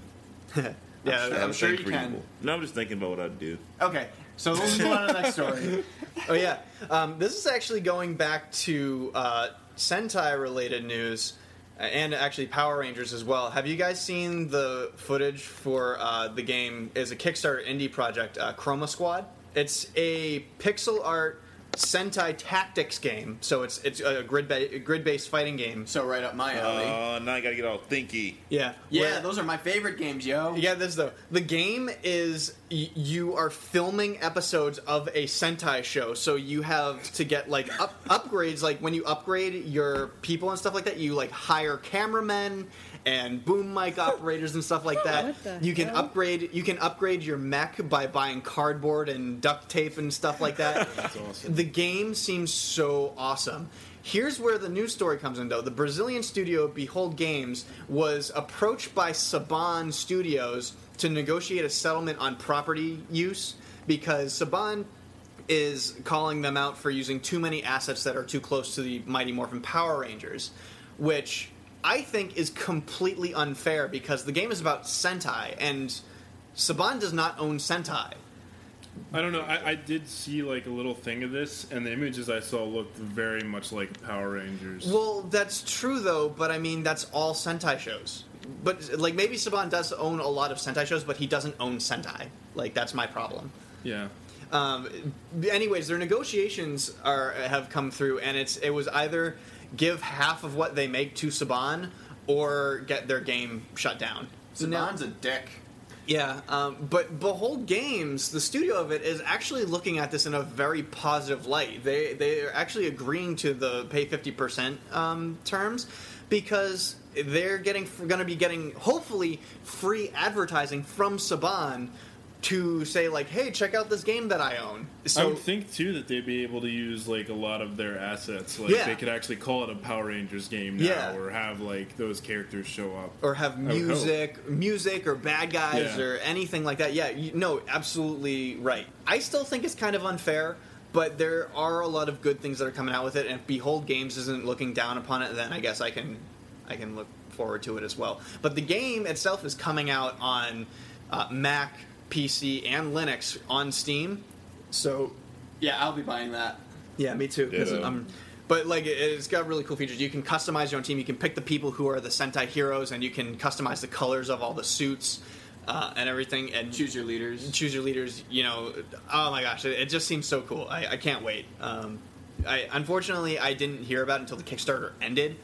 [SPEAKER 4] Yeah.
[SPEAKER 6] sure-
[SPEAKER 2] I have
[SPEAKER 6] Uh, I'm
[SPEAKER 2] a
[SPEAKER 6] sure
[SPEAKER 2] thing
[SPEAKER 6] you
[SPEAKER 2] for
[SPEAKER 6] can.
[SPEAKER 2] evil. No, I'm just thinking about what I'd do.
[SPEAKER 6] Okay, so let's move on to the next story.
[SPEAKER 4] Oh yeah, um, this is actually going back to uh, Sentai related news, uh, and actually Power Rangers as well. Have you guys seen the footage for uh, the game? Is a Kickstarter indie project, uh, Chroma Squad. It's a pixel art Sentai tactics game, so it's it's a grid ba- grid based fighting game.
[SPEAKER 6] So right up my alley.
[SPEAKER 2] Uh, now I gotta get all thinky.
[SPEAKER 4] Yeah,
[SPEAKER 6] yeah,
[SPEAKER 4] where-
[SPEAKER 6] those are my favorite games, yo.
[SPEAKER 4] You got this though. The game is y- you are filming episodes of a Sentai show, so you have to get like up- upgrades. Like when you upgrade your people and stuff like that, you like hire cameramen and boom mic operators and stuff like that.
[SPEAKER 5] What the
[SPEAKER 4] you can
[SPEAKER 5] hell?
[SPEAKER 4] upgrade. You can upgrade your mech by buying cardboard and duct tape and stuff like that. The game seems so awesome. Here's where the news story comes in, though. The Brazilian studio Behold Games was approached by Saban Studios to negotiate a settlement on property use because Saban is calling them out for using too many assets that are too close to the Mighty Morphin Power Rangers, which I think is completely unfair because the game is about Sentai, and Saban does not own Sentai.
[SPEAKER 3] I don't know. I, I did see like a little thing of this, and the images I saw looked very much like Power Rangers.
[SPEAKER 4] Well, that's true though, but I mean that's all Sentai shows. But like maybe Saban does own a lot of Sentai shows, but he doesn't own Sentai. Like that's my problem.
[SPEAKER 3] yeah.
[SPEAKER 4] Um, anyways, their negotiations are have come through, and it's it was either give half of what they make to Saban or get their game shut down. Now-
[SPEAKER 6] Saban's a dick.
[SPEAKER 4] yeah, um, but Behold Games, the studio of it, is actually looking at this in a very positive light. They they are actually agreeing to the pay fifty percent um, terms because they're getting going to be getting hopefully free advertising from Saban to say like, hey, check out this game that I own. So
[SPEAKER 3] I would think too that they'd be able to use like a lot of their assets. Like
[SPEAKER 4] Yeah.
[SPEAKER 3] they could actually call it a Power Rangers game now,
[SPEAKER 4] Yeah.
[SPEAKER 3] or have like those characters show up.
[SPEAKER 4] or have
[SPEAKER 3] would hope.
[SPEAKER 4] music, music or bad guys
[SPEAKER 3] Yeah.
[SPEAKER 4] or anything like that. Yeah, you, no, absolutely right. I still think it's kind of unfair, but there are a lot of good things that are coming out with it. And if Behold Games isn't looking down upon it, then I guess I can, I can look forward to it as well. But the game itself is coming out on uh, Mac, PC, and Linux on Steam. So
[SPEAKER 6] Yeah, I'll be buying that.
[SPEAKER 4] yeah, me too. 'cause
[SPEAKER 2] Yeah.
[SPEAKER 4] I'm- but like, it, it's got really cool features. You can customize your own team. You can pick the people who are the Sentai heroes, and you can customize the colors of all the suits uh, and everything. And
[SPEAKER 6] Choose your leaders.
[SPEAKER 4] choose your leaders. You know, oh my gosh, it, it just seems so cool. I, I can't wait. Um, I unfortunately I didn't hear about it until the Kickstarter ended,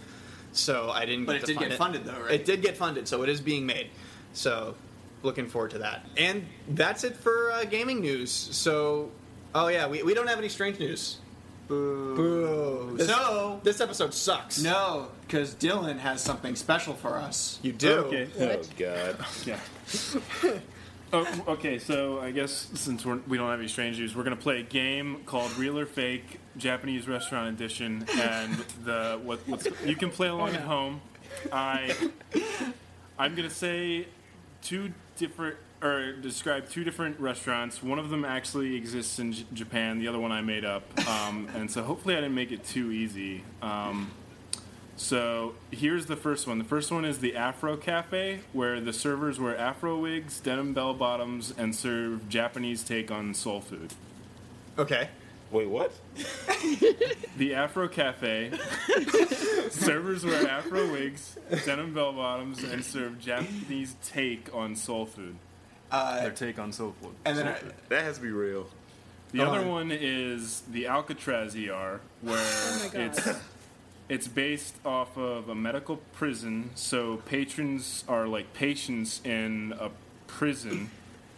[SPEAKER 4] so I didn't.
[SPEAKER 6] But
[SPEAKER 4] get
[SPEAKER 6] it
[SPEAKER 4] to
[SPEAKER 6] did
[SPEAKER 4] fund
[SPEAKER 6] get funded, though, right?
[SPEAKER 4] It did get funded, so it is being made. So looking forward to that. And that's it for uh, gaming news. So, oh yeah, we, we don't have any strange news.
[SPEAKER 6] Boo.
[SPEAKER 4] Boo. This,
[SPEAKER 6] So-
[SPEAKER 4] this episode sucks.
[SPEAKER 6] No, because Dylan has something special for us.
[SPEAKER 4] you do.
[SPEAKER 3] Okay.
[SPEAKER 2] Oh God!
[SPEAKER 3] Yeah. oh, okay, so I guess since we're, we don't have any strange news, we're gonna play a game called Real or Fake Japanese Restaurant Edition, and the what what's, you can play along at home. I I'm gonna say two different or describe two different restaurants. One of them actually exists in J- Japan. The other one I made up, um, and so hopefully I didn't make it too easy. Um, so here's the first one. The first one is the Afro Cafe, where the servers wear Afro wigs, denim bell bottoms, and serve Japanese take on soul food.
[SPEAKER 4] Okay.
[SPEAKER 2] Wait, what?
[SPEAKER 3] The Afro Cafe. Servers wear Afro wigs, denim bell bottoms, and serve Japanese take on soul food. Their take on soul food.
[SPEAKER 6] And then
[SPEAKER 3] Soul
[SPEAKER 6] I-
[SPEAKER 3] food.
[SPEAKER 2] That has to be real.
[SPEAKER 3] the other one is the Alcatraz ER, where it's it's based off of a medical prison. So patrons are like patients in a prison,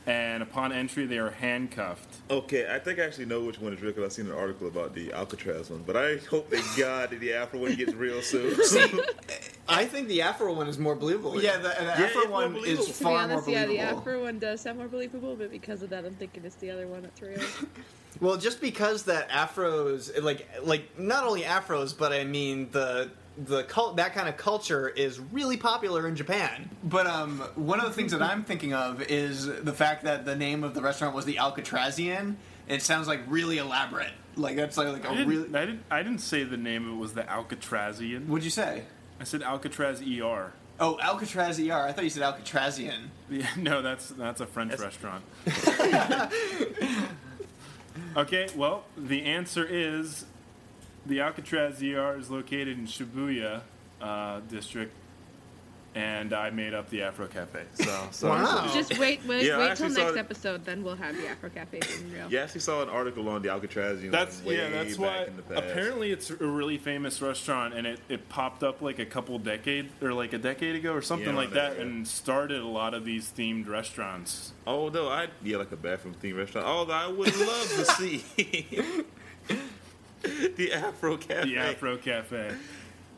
[SPEAKER 3] and upon entry they are handcuffed.
[SPEAKER 2] Okay, I think I actually know which one is real because I've seen an article about the Alcatraz one. But I hope that God that the Afro one gets real soon.
[SPEAKER 4] I think the Afro one is more believable.
[SPEAKER 6] yeah, the, the Afro
[SPEAKER 2] it's more
[SPEAKER 6] one is
[SPEAKER 2] believable.
[SPEAKER 7] To be
[SPEAKER 6] far
[SPEAKER 7] honest,
[SPEAKER 6] more
[SPEAKER 7] yeah,
[SPEAKER 6] believable.
[SPEAKER 7] the Afro one does sound more believable, but because of that, I'm thinking it's the other one that's real.
[SPEAKER 4] Well, just because that afros, like, like not only afros, but I mean the the cult that kind of culture is really popular in Japan.
[SPEAKER 6] But um, one of the things that I'm thinking of is the fact that the name of the restaurant was the Alcatrazian. and It sounds like really elaborate. Like that's like, like
[SPEAKER 3] I
[SPEAKER 6] a
[SPEAKER 3] didn't,
[SPEAKER 6] really.
[SPEAKER 3] I didn't I didn't say the name. It was the Alcatrazian.
[SPEAKER 6] What'd you say?
[SPEAKER 3] I said Alcatraz ER.
[SPEAKER 6] Oh, Alcatraz ER. I thought you said Alcatrazian.
[SPEAKER 3] Yeah, no, that's that's a French restaurant. okay, well, the answer is the Alcatraz ER is located in Shibuya uh, district, and I made up the Afro Cafe. So, so
[SPEAKER 4] Wow.
[SPEAKER 5] Just wait, wait,
[SPEAKER 2] Yeah, I
[SPEAKER 5] wait till
[SPEAKER 2] actually saw
[SPEAKER 5] next
[SPEAKER 2] it-
[SPEAKER 5] episode, then we'll have the Afro Cafe being real.
[SPEAKER 2] You actually saw an article on the Alcatraz one
[SPEAKER 3] that's
[SPEAKER 2] way
[SPEAKER 3] yeah,
[SPEAKER 2] back
[SPEAKER 3] that's why.
[SPEAKER 2] in the past.
[SPEAKER 3] Apparently, it's a really famous restaurant, and it, it popped up like a couple decade or like a decade ago or something
[SPEAKER 2] Yeah,
[SPEAKER 3] like
[SPEAKER 2] that,
[SPEAKER 3] that,
[SPEAKER 2] yeah.
[SPEAKER 3] and started a lot of these themed restaurants.
[SPEAKER 2] Although I yeah, like a bathroom themed restaurant. Although I would love to see the Afro Cafe.
[SPEAKER 3] The Afro Cafe.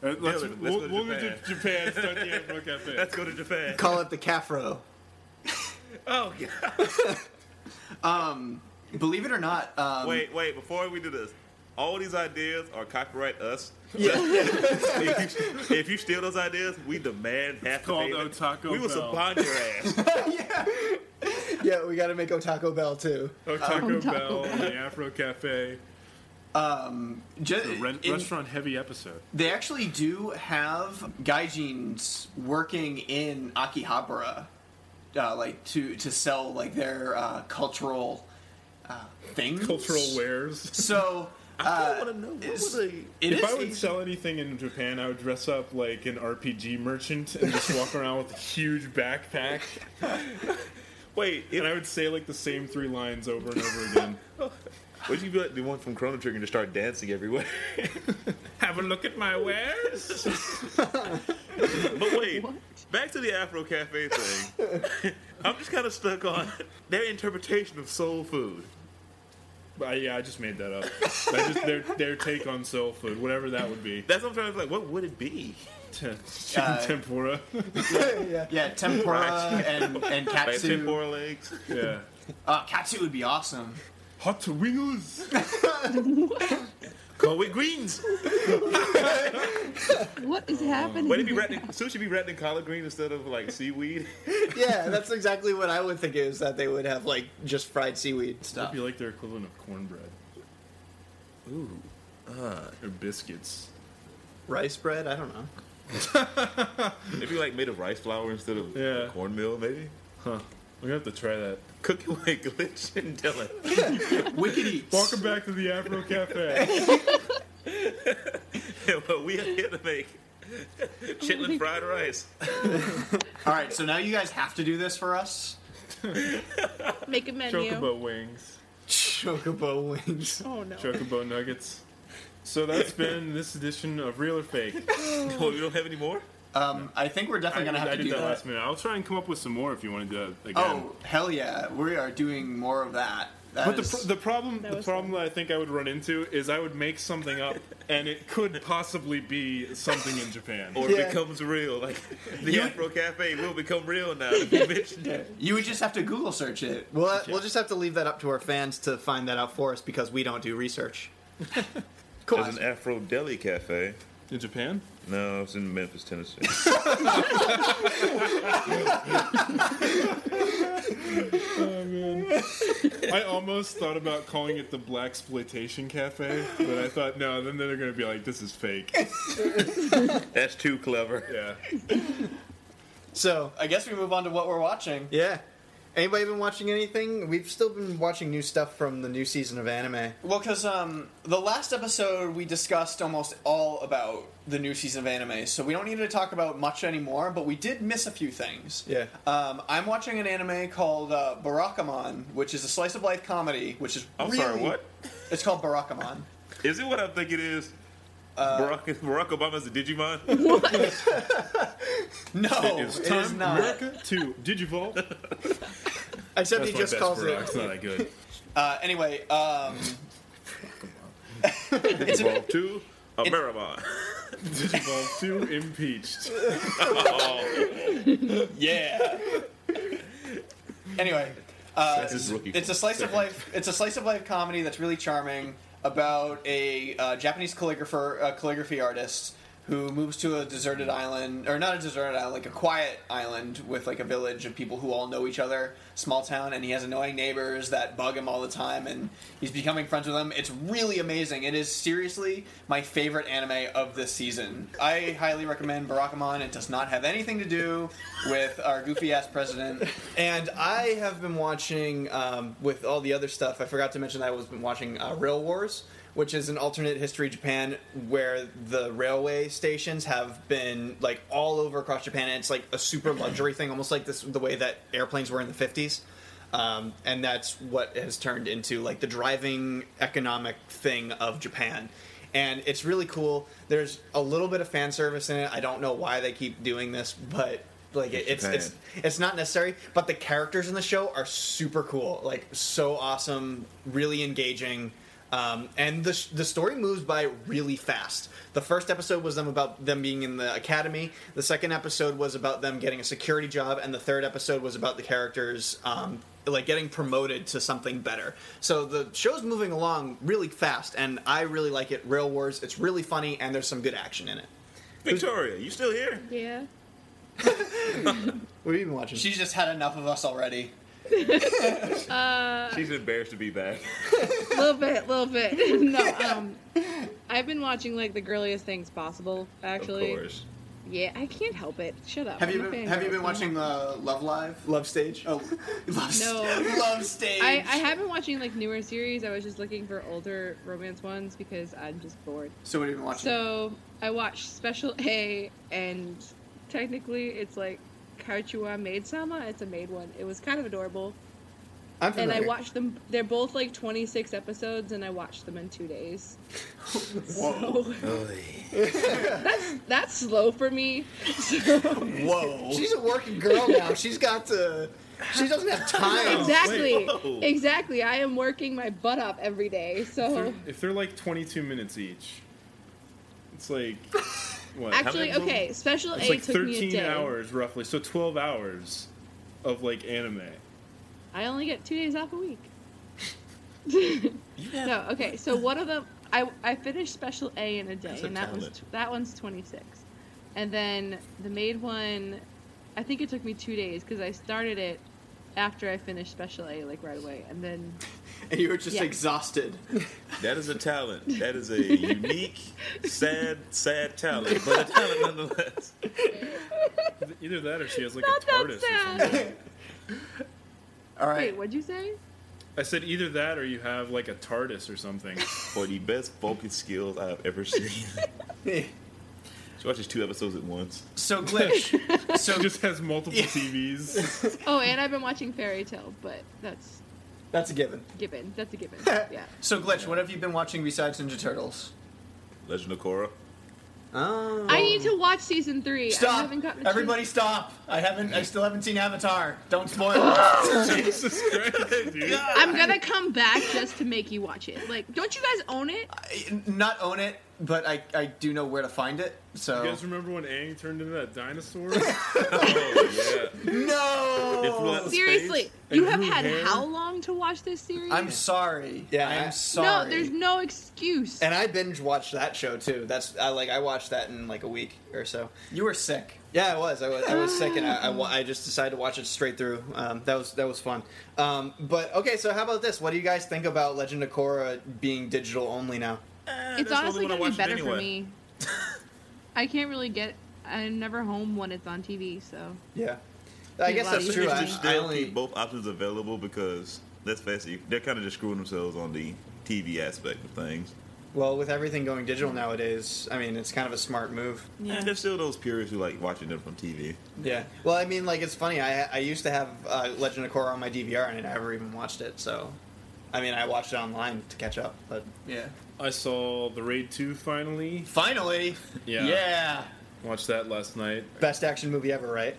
[SPEAKER 3] Uh, let's,
[SPEAKER 2] let's
[SPEAKER 3] we'll,
[SPEAKER 2] go to
[SPEAKER 3] we'll go
[SPEAKER 2] Japan.
[SPEAKER 3] to Japan. Start the Afro Cafe.
[SPEAKER 2] Let's go to Japan.
[SPEAKER 4] Call it the Cafro.
[SPEAKER 2] Oh God.
[SPEAKER 6] Um, Believe it or not, um,
[SPEAKER 2] Wait, wait, before we do this, all these ideas are copyright us. if, you, if you steal those ideas, we demand half the
[SPEAKER 3] called
[SPEAKER 2] payment.
[SPEAKER 3] Otaku
[SPEAKER 2] We will
[SPEAKER 3] Bell.
[SPEAKER 2] subbond your ass.
[SPEAKER 4] Yeah, we got to make Otako Bell too.
[SPEAKER 3] Oh, Taco
[SPEAKER 5] Oh, Taco
[SPEAKER 3] Bell, the Afro Cafe,
[SPEAKER 6] ju-
[SPEAKER 3] the re-
[SPEAKER 6] in-
[SPEAKER 3] restaurant heavy episode.
[SPEAKER 6] they actually do have gaijins working in Akihabara, uh, like to to sell like their uh, cultural uh, things.
[SPEAKER 3] wares.
[SPEAKER 6] So
[SPEAKER 2] I
[SPEAKER 6] uh,
[SPEAKER 2] want to know what
[SPEAKER 6] it's-
[SPEAKER 2] was a
[SPEAKER 6] it
[SPEAKER 3] if
[SPEAKER 6] is
[SPEAKER 3] I would
[SPEAKER 6] Asian.
[SPEAKER 3] sell anything in Japan, I would dress up like an RPG merchant and just walk around with a huge backpack,
[SPEAKER 2] wait. It,
[SPEAKER 3] and I would say like the same three lines over and over again.
[SPEAKER 2] would you be like the one from Chrono Trigger and just start dancing everywhere?
[SPEAKER 3] Have a look at my wares.
[SPEAKER 2] But wait, back to the Afro Cafe thing. I'm just kind of stuck on their interpretation of soul food.
[SPEAKER 3] But, uh, yeah, I just made that up. I just, their their take on soul food, whatever that would be.
[SPEAKER 2] That's what I'm trying to like. What would it be?
[SPEAKER 3] Chicken tempura.
[SPEAKER 6] Yeah, tempura and and
[SPEAKER 2] Like
[SPEAKER 6] katsu.
[SPEAKER 2] ten more legs.
[SPEAKER 3] yeah.
[SPEAKER 6] Uh, katsu would be awesome.
[SPEAKER 3] Hot wings.
[SPEAKER 2] Go with greens.
[SPEAKER 5] What is happening?
[SPEAKER 2] Would it be wrapped in, sushi be wrapped in collard greens instead of like seaweed?
[SPEAKER 4] Yeah, that's exactly what I would think is that they would have like just fried seaweed
[SPEAKER 3] That'd
[SPEAKER 4] stuff.
[SPEAKER 3] be like their equivalent of cornbread.
[SPEAKER 6] uh.
[SPEAKER 3] Ooh. or biscuits.
[SPEAKER 4] Rice bread, I don't know.
[SPEAKER 2] Maybe like made of rice flour instead of
[SPEAKER 3] Yeah.
[SPEAKER 2] cornmeal. Maybe
[SPEAKER 3] Huh. We're gonna have to try that.
[SPEAKER 2] cooking with glitch and Dylan.
[SPEAKER 6] Wicked eats.
[SPEAKER 3] Welcome back to the Afro Cafe.
[SPEAKER 2] but we are here to make chitlin fried rice.
[SPEAKER 6] All right, so now you guys have to do this for us.
[SPEAKER 7] Make a menu.
[SPEAKER 3] Chocobo wings.
[SPEAKER 4] Chocobo wings.
[SPEAKER 7] Oh no.
[SPEAKER 3] Chocobo nuggets. So that's been this edition of Real or Fake.
[SPEAKER 2] Well, we don't have any more.
[SPEAKER 6] Um, I think we're definitely gonna have
[SPEAKER 3] I
[SPEAKER 6] to
[SPEAKER 3] did
[SPEAKER 6] do
[SPEAKER 3] that
[SPEAKER 6] that.
[SPEAKER 3] last minute. I'll try and come up with some more if you want to do that again.
[SPEAKER 6] Oh hell yeah, we are doing more of that. That
[SPEAKER 3] But the,
[SPEAKER 6] is-
[SPEAKER 3] pr- the problem
[SPEAKER 7] That
[SPEAKER 3] the
[SPEAKER 7] was
[SPEAKER 3] problem
[SPEAKER 7] fun.
[SPEAKER 3] that I think I would run into is I would make something up and it could possibly be something in Japan.
[SPEAKER 2] Or
[SPEAKER 4] Yeah.
[SPEAKER 2] it becomes real. Like the
[SPEAKER 6] You-
[SPEAKER 2] Afro Cafe will become real now. If you mention it.
[SPEAKER 6] you would just have to Google search it.
[SPEAKER 4] We'll, we'll just have to leave that up to our fans to find that out for us because we don't do research. cool.
[SPEAKER 2] There's an Afro Deli Cafe.
[SPEAKER 3] In Japan?
[SPEAKER 2] No, it's in Memphis, Tennessee.
[SPEAKER 3] I almost thought about calling it the Black Exploitation Cafe, but I thought no. Then they're gonna be like, "This is fake."
[SPEAKER 2] That's too clever.
[SPEAKER 3] Yeah.
[SPEAKER 4] So
[SPEAKER 6] I guess we move on to what we're watching.
[SPEAKER 4] yeah, anybody been watching anything? We've still been watching new stuff from the new season of anime.
[SPEAKER 6] Well, because um, the last episode we discussed almost all about the new season of anime, so we don't need to talk about much anymore. But we did miss a few things.
[SPEAKER 4] Yeah.
[SPEAKER 8] Uh,
[SPEAKER 6] Um, I'm watching an anime called uh, Barakamon, which is a slice of life comedy, which is
[SPEAKER 2] I'm
[SPEAKER 6] really,
[SPEAKER 2] sorry, what?
[SPEAKER 6] It's called Barakamon.
[SPEAKER 2] Is it what I think it is? Barack, Barack Obama's a Digimon?
[SPEAKER 6] No,
[SPEAKER 3] It is
[SPEAKER 6] it
[SPEAKER 3] time
[SPEAKER 6] is not.
[SPEAKER 3] America to Digivolve.
[SPEAKER 4] Except
[SPEAKER 3] That's
[SPEAKER 4] he
[SPEAKER 3] my
[SPEAKER 4] just
[SPEAKER 3] best
[SPEAKER 4] calls
[SPEAKER 3] Barack. It's
[SPEAKER 4] it.
[SPEAKER 3] not that good.
[SPEAKER 6] Uh, anyway, um,
[SPEAKER 2] Digivolve to Amerimon.
[SPEAKER 3] Digivolve two impeached.
[SPEAKER 6] yeah. anyway,
[SPEAKER 2] That's his rookie.
[SPEAKER 6] It's a slice of life. It's a slice of life comedy that's really charming about a uh, Japanese calligrapher, uh, calligraphy artist who moves to a deserted island, or not a deserted island, like a quiet island with like a village of people who all know each other, small town, and he has annoying neighbors that bug him all the time, and he's becoming friends with them. It's really amazing. It is seriously my favorite anime of this season. I highly recommend Barakamon. It does not have anything to do with our goofy ass president.
[SPEAKER 4] And I have been watching um, with all the other stuff. I forgot to mention that I was been watching uh, Rail Wars, which is an alternate history Japan where the railway stations have been like all over across Japan, and it's like a super luxury thing, almost like this the way that airplanes were in the fifties. Um, and that's what has turned into like the driving economic thing of Japan. And it's really cool. There's a little bit of fan service in it. I don't know why they keep doing this, but like it, it's it's
[SPEAKER 2] Japan.
[SPEAKER 4] it's not necessary, but the characters in the show are super cool, like so awesome, really engaging, um, and the sh- the story moves by really fast. The first episode was them about them being in the academy. The second episode was about them getting a security job, and the third episode was about the characters um, like getting promoted to something better. So the show's moving along really fast, and I really like it. Rail Wars, it's really funny, and there's some good action in it.
[SPEAKER 2] Victoria, you still here?
[SPEAKER 5] Yeah.
[SPEAKER 4] What have you been watching?
[SPEAKER 6] She's just had enough of us already.
[SPEAKER 2] She's embarrassed to be back.
[SPEAKER 5] little bit, little bit. no, um, I've been watching like the girliest things possible. Actually,
[SPEAKER 2] Of course.
[SPEAKER 5] yeah, I can't help it. Shut up.
[SPEAKER 6] Have
[SPEAKER 5] I'm
[SPEAKER 6] you
[SPEAKER 5] a
[SPEAKER 6] been,
[SPEAKER 5] fangirl,
[SPEAKER 6] have you been
[SPEAKER 5] so-
[SPEAKER 6] watching uh, Love Live?
[SPEAKER 4] Love Stage.
[SPEAKER 6] Oh, Love,
[SPEAKER 5] No.
[SPEAKER 6] Love Stage.
[SPEAKER 5] I, I have been watching like newer series. I was just looking for older romance ones because I'm just bored.
[SPEAKER 6] So what have you been watching?
[SPEAKER 5] So I watched Special A, and technically it's like Kaichua Maid Sama. It's a maid one. It was kind of adorable.
[SPEAKER 4] I'm
[SPEAKER 5] And I
[SPEAKER 4] familiar.
[SPEAKER 5] watched them. They're both like 26 episodes, and I watched them in two days. So that's that's slow for me. So,
[SPEAKER 6] Whoa.
[SPEAKER 4] She's a working girl now. She's got to. She doesn't have time.
[SPEAKER 5] exactly,
[SPEAKER 2] whoa.
[SPEAKER 5] exactly. I am working my butt up every day. So
[SPEAKER 3] If they're like 22 minutes each, it's like what? how
[SPEAKER 5] actually,
[SPEAKER 3] many-
[SPEAKER 5] okay. Special
[SPEAKER 3] It's
[SPEAKER 5] A
[SPEAKER 3] like
[SPEAKER 5] took me a
[SPEAKER 3] 13
[SPEAKER 5] day.
[SPEAKER 3] hours roughly, so 12 hours of like anime.
[SPEAKER 5] I only get two days off a week. no, okay. So one of them, I I finished Special A in a day,
[SPEAKER 2] a
[SPEAKER 5] and that was
[SPEAKER 2] talent.
[SPEAKER 5] that one's twenty six, and then the maid one, I think it took me two days because I started it after I finished Special A like right away, and then
[SPEAKER 6] and you were just
[SPEAKER 5] Yeah.
[SPEAKER 6] exhausted.
[SPEAKER 2] That is a talent. That is a unique, sad, sad talent, but a talent nonetheless.
[SPEAKER 3] Either that or she has like
[SPEAKER 5] not
[SPEAKER 3] a
[SPEAKER 5] that
[SPEAKER 3] TARDIS or
[SPEAKER 5] sad.
[SPEAKER 3] something.
[SPEAKER 6] All right.
[SPEAKER 5] Wait, what'd you say?
[SPEAKER 3] I said either that or you have like a TARDIS or something.
[SPEAKER 2] For the best focus skills I have ever seen. She watches two episodes at once.
[SPEAKER 6] So glitch.
[SPEAKER 3] She just has multiple TVs.
[SPEAKER 5] Oh, and I've been watching Fairy Tale, but that's
[SPEAKER 4] That's a given.
[SPEAKER 5] given. That's a given. Yeah.
[SPEAKER 6] so glitch. What have you been watching besides Ninja Turtles?
[SPEAKER 2] Legend of Korra.
[SPEAKER 4] Oh.
[SPEAKER 5] I need to watch season three. I
[SPEAKER 6] Stop.
[SPEAKER 5] haven't gotten a
[SPEAKER 6] Everybody,
[SPEAKER 5] chance.
[SPEAKER 6] stop. I haven't. I still haven't seen Avatar. Don't spoil it.
[SPEAKER 3] Jesus Christ, dude.
[SPEAKER 5] I'm gonna come back just to make you watch it. Like, don't you guys own it?
[SPEAKER 6] Not own it.
[SPEAKER 8] but I, I do know where to find it. So
[SPEAKER 3] You guys remember when Aang turned into that dinosaur?
[SPEAKER 2] Oh, yeah.
[SPEAKER 8] no,
[SPEAKER 2] It flew out of space
[SPEAKER 5] Oh, Seriously,
[SPEAKER 3] and
[SPEAKER 5] you have
[SPEAKER 3] grew
[SPEAKER 5] had
[SPEAKER 3] hair.
[SPEAKER 5] how long to watch this series?
[SPEAKER 8] I'm sorry.
[SPEAKER 6] Yeah, I-
[SPEAKER 8] I'm sorry.
[SPEAKER 5] No, there's no excuse.
[SPEAKER 6] And I binge watched that show too. That's I like I watched that in like a week or so.
[SPEAKER 8] you were sick.
[SPEAKER 6] Yeah, I was. I was, I was sick, and I, I, wa- I just decided to watch it straight through. Um, that was that was fun. Um, but okay, so how about this? What do you guys think about Legend of Korra being digital only now?
[SPEAKER 5] it's
[SPEAKER 2] that's
[SPEAKER 5] honestly
[SPEAKER 2] the only
[SPEAKER 5] gonna
[SPEAKER 2] one I
[SPEAKER 5] be better
[SPEAKER 2] watched
[SPEAKER 5] for
[SPEAKER 2] anyway.
[SPEAKER 5] me. I can't really get. I'm never home when it's on TV, so
[SPEAKER 6] Yeah, I guess
[SPEAKER 5] Yeah,
[SPEAKER 6] that's
[SPEAKER 5] it's
[SPEAKER 6] true. I,
[SPEAKER 2] They should
[SPEAKER 6] I
[SPEAKER 2] still
[SPEAKER 6] only
[SPEAKER 2] keep both options available because let's face it, they're kind of just screwing themselves on the TV aspect of things.
[SPEAKER 6] well with everything going digital nowadays. I mean, it's kind of a smart move.
[SPEAKER 2] And there's still those purists who like watching them from TV.
[SPEAKER 6] Yeah. Well, I mean, like it's funny. I I used to have uh, Legend of Korra on my DVR, and I never even watched it. So, I mean, I watched it online to catch up, but.
[SPEAKER 8] Yeah.
[SPEAKER 3] I saw the Raid 2 finally.
[SPEAKER 8] Finally.
[SPEAKER 3] Yeah.
[SPEAKER 8] Yeah.
[SPEAKER 3] Watched that last night.
[SPEAKER 6] Best action movie ever, right?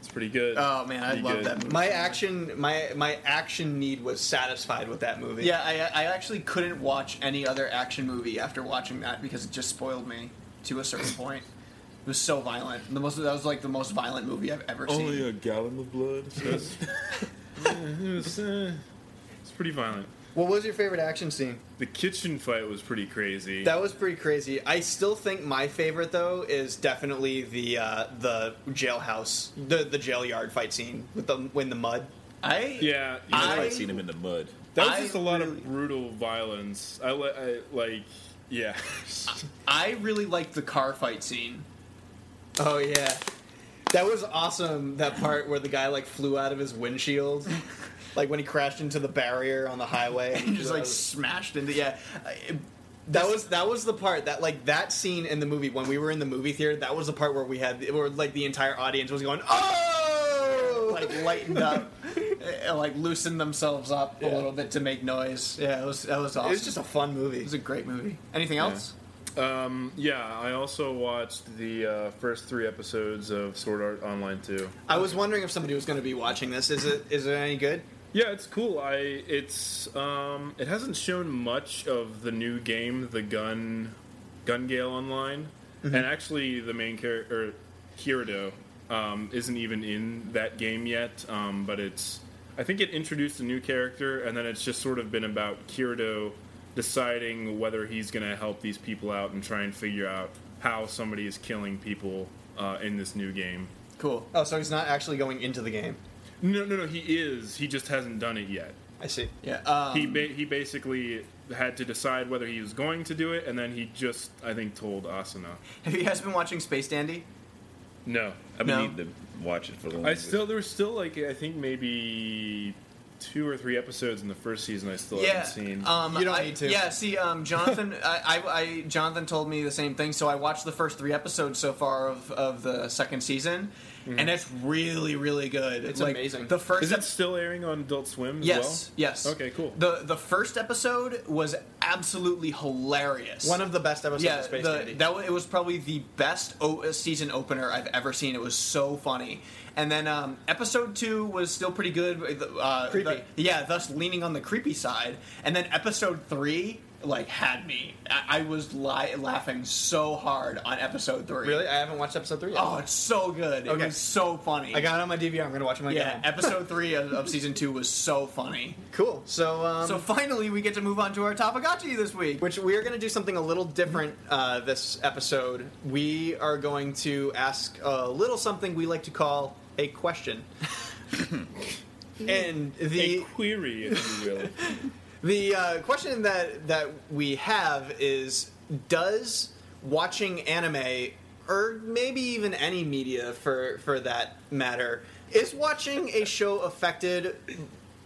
[SPEAKER 3] It's pretty good.
[SPEAKER 8] Oh man, I
[SPEAKER 3] Pretty
[SPEAKER 8] love
[SPEAKER 3] good.
[SPEAKER 8] that movie.
[SPEAKER 6] My action, my my action need was satisfied with that movie.
[SPEAKER 8] Yeah, I, I actually couldn't watch any other action movie after watching that because it just spoiled me to a certain point. It was so violent. The most that was like the most violent movie I've
[SPEAKER 2] Oh,
[SPEAKER 8] ever seen.
[SPEAKER 2] a gallon of blood.
[SPEAKER 3] It's, it was, uh, it's pretty violent.
[SPEAKER 6] What was your favorite action scene?
[SPEAKER 3] The kitchen fight was pretty crazy.
[SPEAKER 6] That was pretty crazy. I still think my favorite though is definitely the uh, the jailhouse, the the jail yard fight scene with the when the mud.
[SPEAKER 8] I
[SPEAKER 3] yeah.
[SPEAKER 2] You just
[SPEAKER 8] I-
[SPEAKER 2] like seeing them in the mud.
[SPEAKER 3] that was
[SPEAKER 8] I
[SPEAKER 3] just a lot
[SPEAKER 8] really-
[SPEAKER 3] of brutal violence. I, li- I like, yeah.
[SPEAKER 8] I really liked the car fight scene.
[SPEAKER 6] Oh yeah, that was awesome. That part where the guy like flew out of his windshield, like when he crashed into the barrier on the highway.
[SPEAKER 8] He just
[SPEAKER 6] That
[SPEAKER 8] like
[SPEAKER 6] was-
[SPEAKER 8] smashed into yeah. I-
[SPEAKER 6] That was that was the part that like that scene in the movie when we were in the movie theater. That was the part where we had where like the entire audience was going oh
[SPEAKER 8] like lightened up, and, like loosened themselves up
[SPEAKER 6] Yeah.
[SPEAKER 8] a little bit to make noise. Yeah, it was that was awesome.
[SPEAKER 6] It was just a fun movie.
[SPEAKER 8] It was a great movie. Anything else?
[SPEAKER 3] Um, yeah, I also watched the uh, first three episodes of Sword Art Online 2.
[SPEAKER 6] I was wondering if somebody was going to be watching this. Is it is it any good?
[SPEAKER 3] Yeah, it's cool. I it's um, it hasn't shown much of the new game, the gun, Gun Gale Online, and actually the main character Kirito um, isn't even in that game yet. Um, but it's I think it introduced a new character, and then it's just sort of been about Kirito deciding whether he's going to help these people out and try and figure out how somebody is killing people uh, in this new game.
[SPEAKER 8] Cool.
[SPEAKER 6] Oh, so he's not actually going into the game.
[SPEAKER 3] No, no, no. He is. He just hasn't done it yet.
[SPEAKER 6] I see.
[SPEAKER 8] Yeah. Um,
[SPEAKER 3] he ba- he basically had to decide whether he was going to do it, and then he just I think told Asuna.
[SPEAKER 8] have you guys been watching Space Dandy?
[SPEAKER 3] No,
[SPEAKER 2] I've been
[SPEAKER 8] No.
[SPEAKER 2] needing to watch it for the
[SPEAKER 3] I
[SPEAKER 2] longest.
[SPEAKER 3] still there was still like I think maybe two or three episodes in the first season I still
[SPEAKER 8] yeah.
[SPEAKER 3] haven't seen.
[SPEAKER 8] Um,
[SPEAKER 6] You don't
[SPEAKER 8] I-
[SPEAKER 6] need to.
[SPEAKER 8] Yeah. See, um, Jonathan, I, I, I, Jonathan told me the same thing. So I watched the first three episodes so far of, of the second season, and it's really, really good.
[SPEAKER 6] It's
[SPEAKER 8] Like,
[SPEAKER 6] amazing.
[SPEAKER 8] The first
[SPEAKER 3] is it
[SPEAKER 8] ep-
[SPEAKER 3] still airing on Adult Swim? As
[SPEAKER 8] Yes.
[SPEAKER 3] well?
[SPEAKER 8] Yes.
[SPEAKER 3] Okay. Cool.
[SPEAKER 8] The the first episode was absolutely hilarious.
[SPEAKER 6] One of the best episodes
[SPEAKER 8] yeah,
[SPEAKER 6] of Space
[SPEAKER 8] the,
[SPEAKER 6] Dandy.
[SPEAKER 8] that wa- it was probably the best o- uh, season opener I've ever seen. It was so funny. And then um, episode two was still pretty good. uh, the- Uh,
[SPEAKER 6] Creepy.
[SPEAKER 8] the- yeah, thus leaning on the creepy side. And then episode three like had me. I, I was li- laughing so hard on episode three.
[SPEAKER 6] really, I haven't watched episode three yet.
[SPEAKER 8] Oh, it's so good.
[SPEAKER 6] Okay.
[SPEAKER 8] It was so funny.
[SPEAKER 6] I got it on my DVR. I'm going to watch it when I
[SPEAKER 8] yeah.
[SPEAKER 6] get home.
[SPEAKER 8] Episode three of, of season two was so funny.
[SPEAKER 6] Cool. So um,
[SPEAKER 8] So finally, we get to move on to our Tapagachi this week.
[SPEAKER 6] Which we are going to do something a little different uh, this episode. We are going to ask a little something we like to call a question. and
[SPEAKER 3] a
[SPEAKER 6] the
[SPEAKER 3] query, if you will.
[SPEAKER 6] the uh, question that that we have is: Does watching anime, or maybe even any media for for that matter, is watching a show affected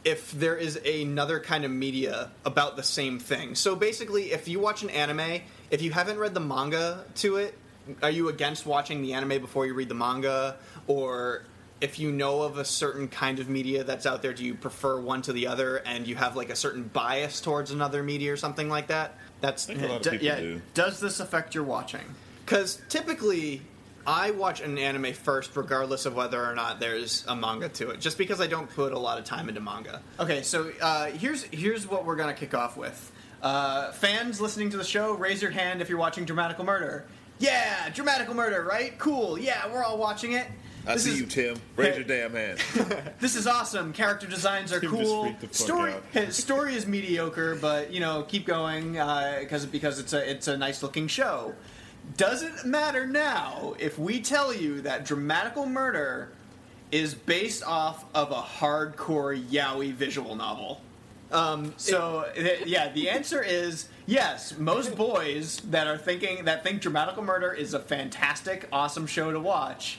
[SPEAKER 6] if there is another kind of media about the same thing. So basically, if you watch an anime, if you haven't read the manga to it, are you against watching the anime before you read the manga? Or if you know of a certain kind of media that's out there, do you prefer one to the other and you have like a certain bias towards another media or something like that? That's
[SPEAKER 2] think a lot of people do.
[SPEAKER 8] Does this affect your watching?
[SPEAKER 6] because typically I watch an anime first, regardless of whether or not there's a manga to it, just because I don't put a lot of time into manga.
[SPEAKER 8] Okay, so uh, here's here's what we're gonna kick off with.
[SPEAKER 4] Uh, fans listening to the show, raise your hand if you're watching Dramatical Murder. Yeah, Dramatical Murder, right? Cool. Yeah, we're all watching it.
[SPEAKER 2] I
[SPEAKER 4] This
[SPEAKER 2] see
[SPEAKER 4] is-
[SPEAKER 2] you, Tim. Raise your damn hand.
[SPEAKER 4] This is awesome. Character designs are
[SPEAKER 3] Tim just
[SPEAKER 4] cool.
[SPEAKER 3] freaked the fuck
[SPEAKER 4] Story
[SPEAKER 3] out.
[SPEAKER 4] his story is mediocre, but you know, keep going because because it's a it's a nice looking show. Doesn't matter now if we tell you that Dramatical Murder is based off of a hardcore yaoi visual novel. Um, so th- yeah, the answer is yes. Most boys that are thinking that think Dramatical Murder is a fantastic, awesome show to watch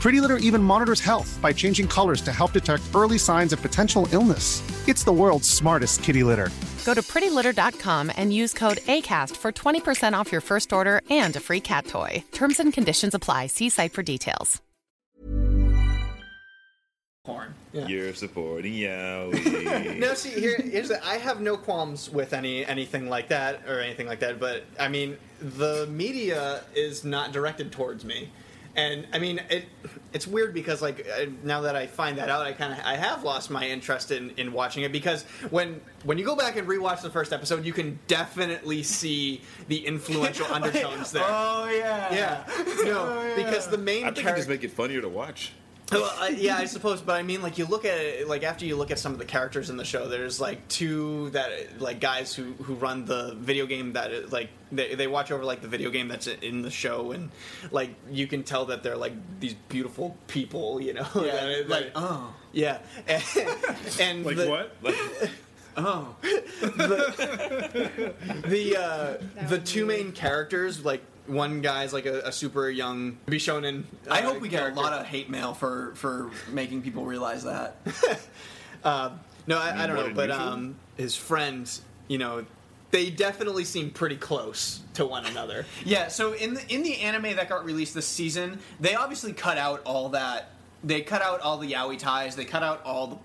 [SPEAKER 9] Pretty Litter even monitors health by changing colors to help detect early signs of potential illness. It's the world's smartest kitty litter.
[SPEAKER 10] Go to prettylitter.com and use code ACAST for 20% off your first order and a free cat toy. Terms and conditions apply. See site for details.
[SPEAKER 4] porn.
[SPEAKER 2] You're supporting Yowie.
[SPEAKER 6] No, see, here, here's the, I have no qualms with any anything like that or anything like that. But I mean, the media is not directed towards me, and I mean, it, it's weird because like I, now that I find that out, I kind of I have lost my interest in, in watching it because when when you go back and rewatch the first episode, you can definitely see the influential undertones there.
[SPEAKER 4] Oh yeah. Oh,
[SPEAKER 6] yeah, no, because the main
[SPEAKER 2] I think it
[SPEAKER 6] character-
[SPEAKER 2] just make it funnier to watch.
[SPEAKER 6] well, I, yeah, I suppose, but I mean, like you look at it, like after you look at some of the characters in the show, there's like two that like guys who who run the video game that like they, they watch over like the video game that's in the show, and like you can tell that they're like these beautiful people, you know, that-
[SPEAKER 4] like,
[SPEAKER 6] that-
[SPEAKER 4] oh.
[SPEAKER 6] yeah, and, and
[SPEAKER 3] Like
[SPEAKER 6] the,
[SPEAKER 3] what?
[SPEAKER 6] the uh, the two main characters like. One guy's like a, a super young be shown in. uh,
[SPEAKER 4] I hope we get a lot of hate mail for for making people realize that.
[SPEAKER 6] Um, No, I, I don't
[SPEAKER 2] more
[SPEAKER 6] know,
[SPEAKER 2] than
[SPEAKER 6] but
[SPEAKER 2] usual?
[SPEAKER 6] um, his friends, you know, they definitely seem pretty close to one another.
[SPEAKER 4] Yeah. So in the in the anime that got released this season, they obviously cut out all that. They cut out all the yaoi ties. They cut out all the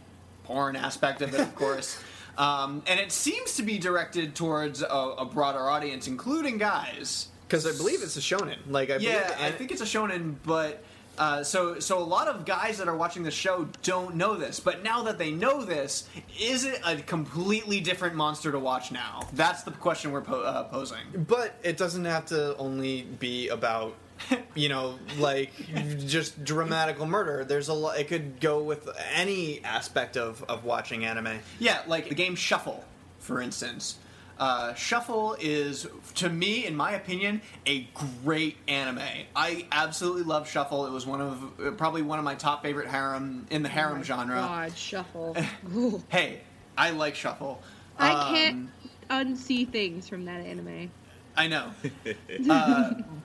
[SPEAKER 4] porn aspect of it, of course. Um, and it seems to be directed towards a, a broader audience, including guys.
[SPEAKER 6] Because I believe it's a shonen. Like I
[SPEAKER 4] Yeah,
[SPEAKER 6] believe,
[SPEAKER 4] I think it's a shonen, but uh, so so a lot of guys that are watching the show don't know this. But now that they know this, is it a completely different monster to watch now? That's the question we're po- uh, posing.
[SPEAKER 6] but it doesn't have to only be about, you know, like just dramatical murder. There's a lot. It could go with any aspect of of watching anime.
[SPEAKER 4] Yeah, like the game Shuffle, for instance. Uh, Shuffle is, to me, in my opinion, a great anime. I absolutely love Shuffle. It was one of uh, probably one of my top favorite harem in the harem genre.
[SPEAKER 5] God, shuffle.
[SPEAKER 4] Hey, I like Shuffle.
[SPEAKER 6] Um,
[SPEAKER 5] I can't unsee things from that anime.
[SPEAKER 4] I know. uh,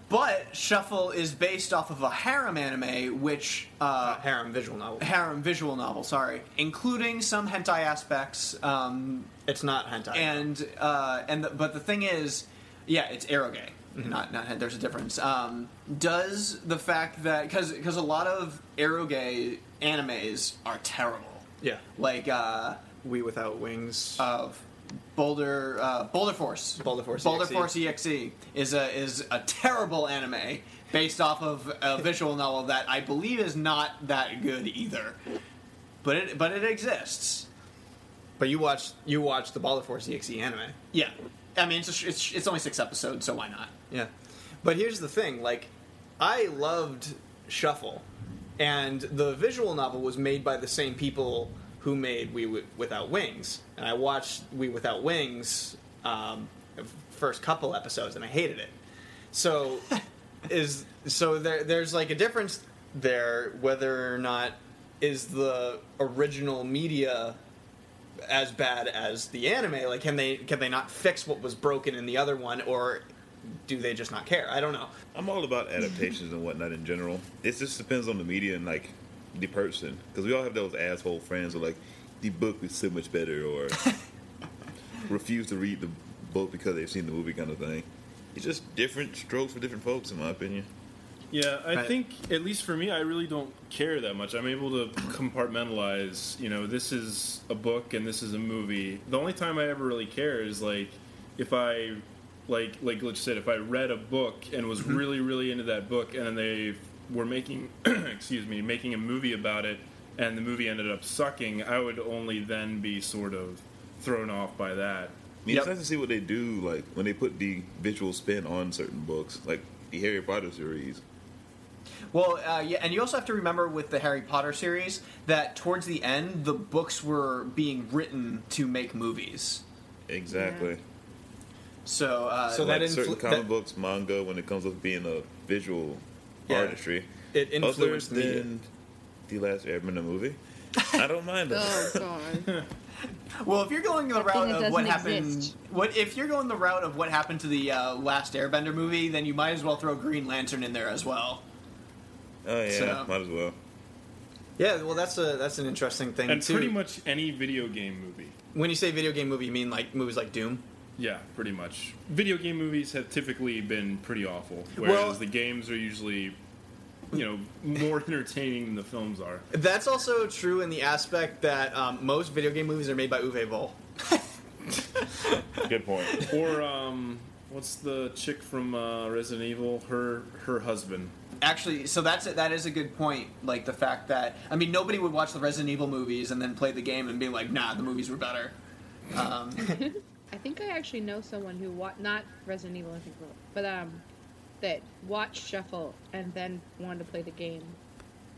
[SPEAKER 4] but Shuffle is based off of a harem anime, which uh,
[SPEAKER 6] Harem visual novel.
[SPEAKER 4] harem visual novel, sorry, including some hentai aspects. Um,
[SPEAKER 6] It's not hentai.
[SPEAKER 4] and uh, and the, but the thing is, yeah, it's eroge.
[SPEAKER 6] Mm-hmm.
[SPEAKER 4] Not not there's a difference. Um, does the fact that because because a lot of eroge animes are terrible.
[SPEAKER 6] yeah,
[SPEAKER 4] Like uh,
[SPEAKER 6] we without wings.
[SPEAKER 4] of Boulder uh, Boulder Force.
[SPEAKER 6] Boulder Force E
[SPEAKER 4] Boulder
[SPEAKER 6] EXE.
[SPEAKER 4] Force EXE is a is a terrible anime based off of a visual novel that I believe is not that good either. But it but it exists.
[SPEAKER 6] but you watched you watched the Baller Force EXE anime.
[SPEAKER 4] Yeah. I mean, it's, a, it's it's only six episodes, so why not?
[SPEAKER 6] Yeah. But here's the thing, like I loved Shuffle and the visual novel was made by the same people who made We Wi- Without Wings. And I watched We Without Wings um, the first couple episodes and I hated it. So is so there there's like a difference there whether or not is the original media
[SPEAKER 4] as bad as the anime. Like, can they can they not fix what was broken in the other one, or do they just not care? I don't know.
[SPEAKER 2] I'm all about adaptations and whatnot in general. It just depends on the media and like the person, because we all have those asshole friends who are like the book is so much better, or refuse to read the book because they've seen the movie kind of thing. It's just different strokes for different folks, in my opinion.
[SPEAKER 3] Yeah, I
[SPEAKER 2] Right.
[SPEAKER 3] think at least for me, I really don't care that much. I'm able to compartmentalize. You know, this is a book and this is a movie. The only time I ever really care is like if I, like like Glitch said, if I read a book and was really really into that book, and then they were making, excuse me, making a movie about it, and the movie ended up sucking. I would only then be sort of thrown off by that.
[SPEAKER 2] I mean, it's nice to see what they do, like when they put the visual spin on certain books, like the Harry Potter series.
[SPEAKER 6] Well, uh, yeah, and you also have to remember with the Harry Potter series that towards the end, the books were being written to make movies.
[SPEAKER 2] Exactly.
[SPEAKER 6] So, uh,
[SPEAKER 2] so like certain comic books, manga, when it comes with being a visual
[SPEAKER 6] Yeah.
[SPEAKER 2] artistry,
[SPEAKER 6] It influenced
[SPEAKER 2] influences
[SPEAKER 6] media.
[SPEAKER 2] than the last Airbender movie. I don't mind them.
[SPEAKER 5] Oh,
[SPEAKER 6] god. well, if you're going the route
[SPEAKER 9] that
[SPEAKER 6] of what
[SPEAKER 9] doesn't
[SPEAKER 6] happened,
[SPEAKER 9] exist.
[SPEAKER 6] what if you're going the route of what happened to the uh, last Airbender movie, then you might as well throw Green Lantern in there as well.
[SPEAKER 2] Oh yeah,
[SPEAKER 6] So-
[SPEAKER 2] might as well.
[SPEAKER 4] Yeah, well, that's a that's an interesting thing
[SPEAKER 3] And
[SPEAKER 4] too.
[SPEAKER 3] pretty much any video game movie.
[SPEAKER 4] when you say video game movie, you mean like movies like Doom?
[SPEAKER 3] Yeah, pretty much. Video game movies have typically been pretty awful, whereas
[SPEAKER 4] Well-
[SPEAKER 3] the games are usually, you know, more entertaining than the films are.
[SPEAKER 4] That's also true in the aspect that um, most video game movies are made by Uwe Boll.
[SPEAKER 2] Good point.
[SPEAKER 3] Or um, what's the chick from uh, Resident Evil? Her her husband.
[SPEAKER 6] Actually, so that's it. That is a good point. Like the fact that I mean, nobody would watch the Resident Evil movies and then play the game and be like, "Nah, the movies were better." Um,
[SPEAKER 5] I think I actually know someone who wa- not Resident Evil, I think, but um, that watched Shuffle and then wanted to play the game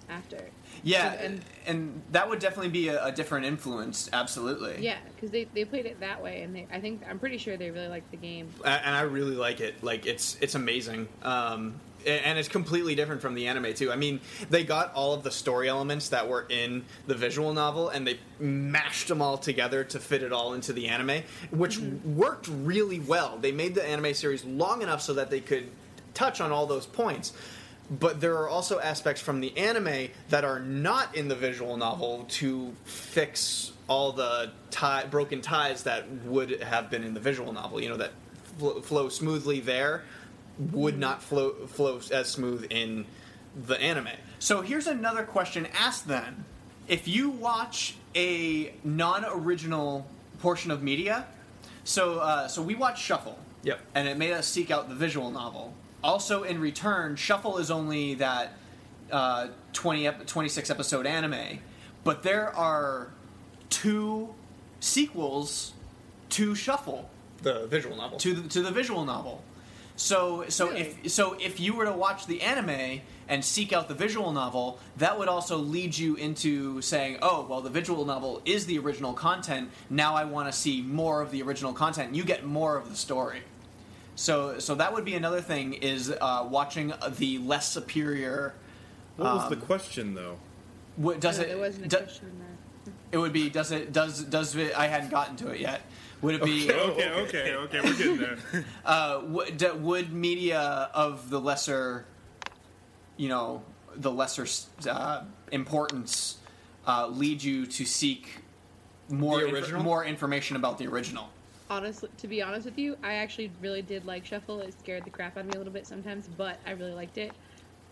[SPEAKER 5] after.
[SPEAKER 6] yeah,
[SPEAKER 5] and,
[SPEAKER 6] and, that would definitely be a, a different influence. Absolutely.
[SPEAKER 5] yeah, because they, they played it that way, and they, I think I'm pretty sure they really liked the game.
[SPEAKER 4] A- and I really like it. Like it's it's amazing, um, a- and it's completely different from the anime too. I mean, they got all of the story elements that were in the visual novel, and they mashed them all together to fit it all into the anime, which worked really well. They made the anime series long enough so that they could touch on all those points. But there are also aspects from the anime that are not in the visual novel to fix all the tie, broken ties that would have been in the visual novel. You know that fl- flow smoothly there would not flow flow as smooth in the anime.
[SPEAKER 6] So here's another question asked then. If you watch a non-original portion of media, so uh, so we watch Shuffle.
[SPEAKER 4] Yep.
[SPEAKER 6] And it made us seek out the visual novel. Also, in return, Shuffle is only that uh, 20 ep- 26 episode anime, but there are two sequels to Shuffle
[SPEAKER 4] The visual novel.
[SPEAKER 6] to the, to the visual novel. So so if so if you were to watch the anime and seek out the visual novel, that would also lead you into saying, "Oh, well, the visual novel is the original content. Now I want to see more of the original content." You get more of the story. So so that would be another thing is uh, watching the less superior.
[SPEAKER 3] What was the question though?
[SPEAKER 6] What does
[SPEAKER 5] No,
[SPEAKER 6] it?
[SPEAKER 5] There wasn't a
[SPEAKER 6] do-
[SPEAKER 5] question in that.
[SPEAKER 6] it would be does it does does it, I hadn't gotten to it yet. Would it be
[SPEAKER 3] Okay, okay, oh, okay, okay, we're getting there.
[SPEAKER 6] uh, would, d- would media of the lesser, you know, the lesser uh, importance uh, lead you to seek more
[SPEAKER 4] The
[SPEAKER 6] inf-
[SPEAKER 4] original?
[SPEAKER 6] more information about the original?
[SPEAKER 5] Honestly, to be honest with you, I actually really did like Shuffle. It scared the crap out of me a little bit sometimes, but I really liked it.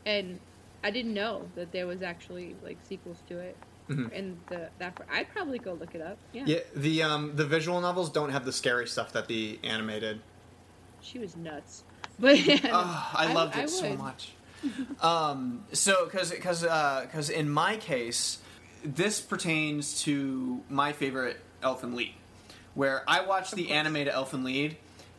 [SPEAKER 5] And I didn't know that there was actually like sequels to it.
[SPEAKER 4] Mhm.
[SPEAKER 5] And the that I'd probably go look it up. Yeah.
[SPEAKER 4] Yeah, the um, the visual novels don't have the scary stuff that the animated.
[SPEAKER 5] She was nuts. But yeah,
[SPEAKER 6] Ah, I loved it so
[SPEAKER 5] would.
[SPEAKER 6] much. um, so, because because because in my case, this pertains to my favorite Elfin Lead, where I watched the anime to Elfin Lead,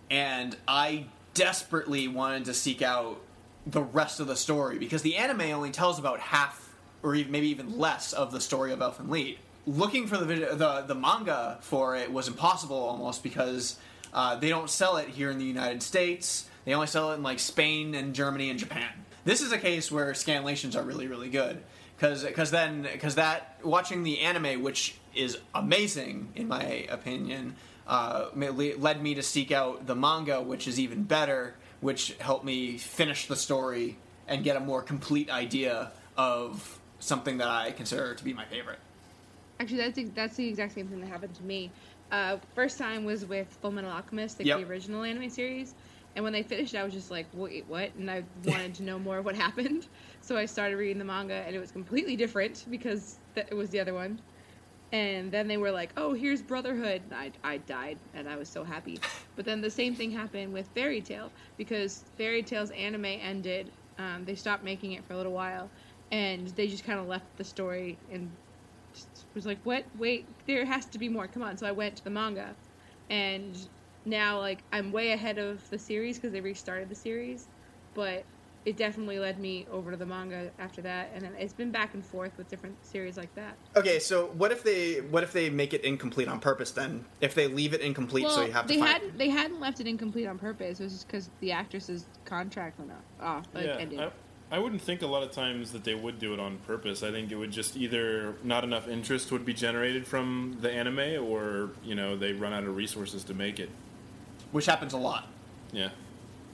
[SPEAKER 6] and I desperately wanted to seek out the rest of the story because the anime only tells about half or even, maybe even less of the story of Elfin Lead. Looking for the vid- the the manga for it was impossible almost because uh, they don't sell it here in the United States. They only sell it in like Spain and Germany and Japan. This is a case where scanlations are really really good
[SPEAKER 4] because because then because that watching the anime, which is amazing in my opinion, uh, ma- le- led me to seek out the manga, which is even better, which helped me finish the story and get a more complete idea of something that I consider to be my favorite.
[SPEAKER 5] Actually, that's the- that's the exact same thing that happened to me. Uh, first time was with Full Metal Alchemist, like
[SPEAKER 4] Yep.
[SPEAKER 5] the original anime series, and when they finished, I was just like, "Wait, what?" And I wanted to know more of what happened, so I started reading the manga, and it was completely different because th- it was the other one. And then they were like, "Oh, here's Brotherhood." And I, I died, and I was so happy. But then the same thing happened with Fairy Tale because Fairy Tale's anime ended. Um, they stopped making it for a little while, and they just kind of left the story and just was like, "What? Wait, there has to be more. Come on!" So I went to the manga, and now like I'm way ahead of the series because they restarted the series, but it definitely led me over to the manga after that, and then it's been back and forth with different series like that.
[SPEAKER 6] Okay, so what if they what if they make it incomplete on purpose? Then if they leave it incomplete, so you have to
[SPEAKER 5] they
[SPEAKER 6] find.
[SPEAKER 5] hadn't they hadn't left it incomplete on purpose. It was just because the actress's contract went off. off like, ended.
[SPEAKER 3] yeah, I, I wouldn't think a lot of times that they would do it on purpose. I think it would just either not enough interest would be generated from the anime, or you know they run out of resources to make it.
[SPEAKER 4] Which happens a lot.
[SPEAKER 3] Yeah,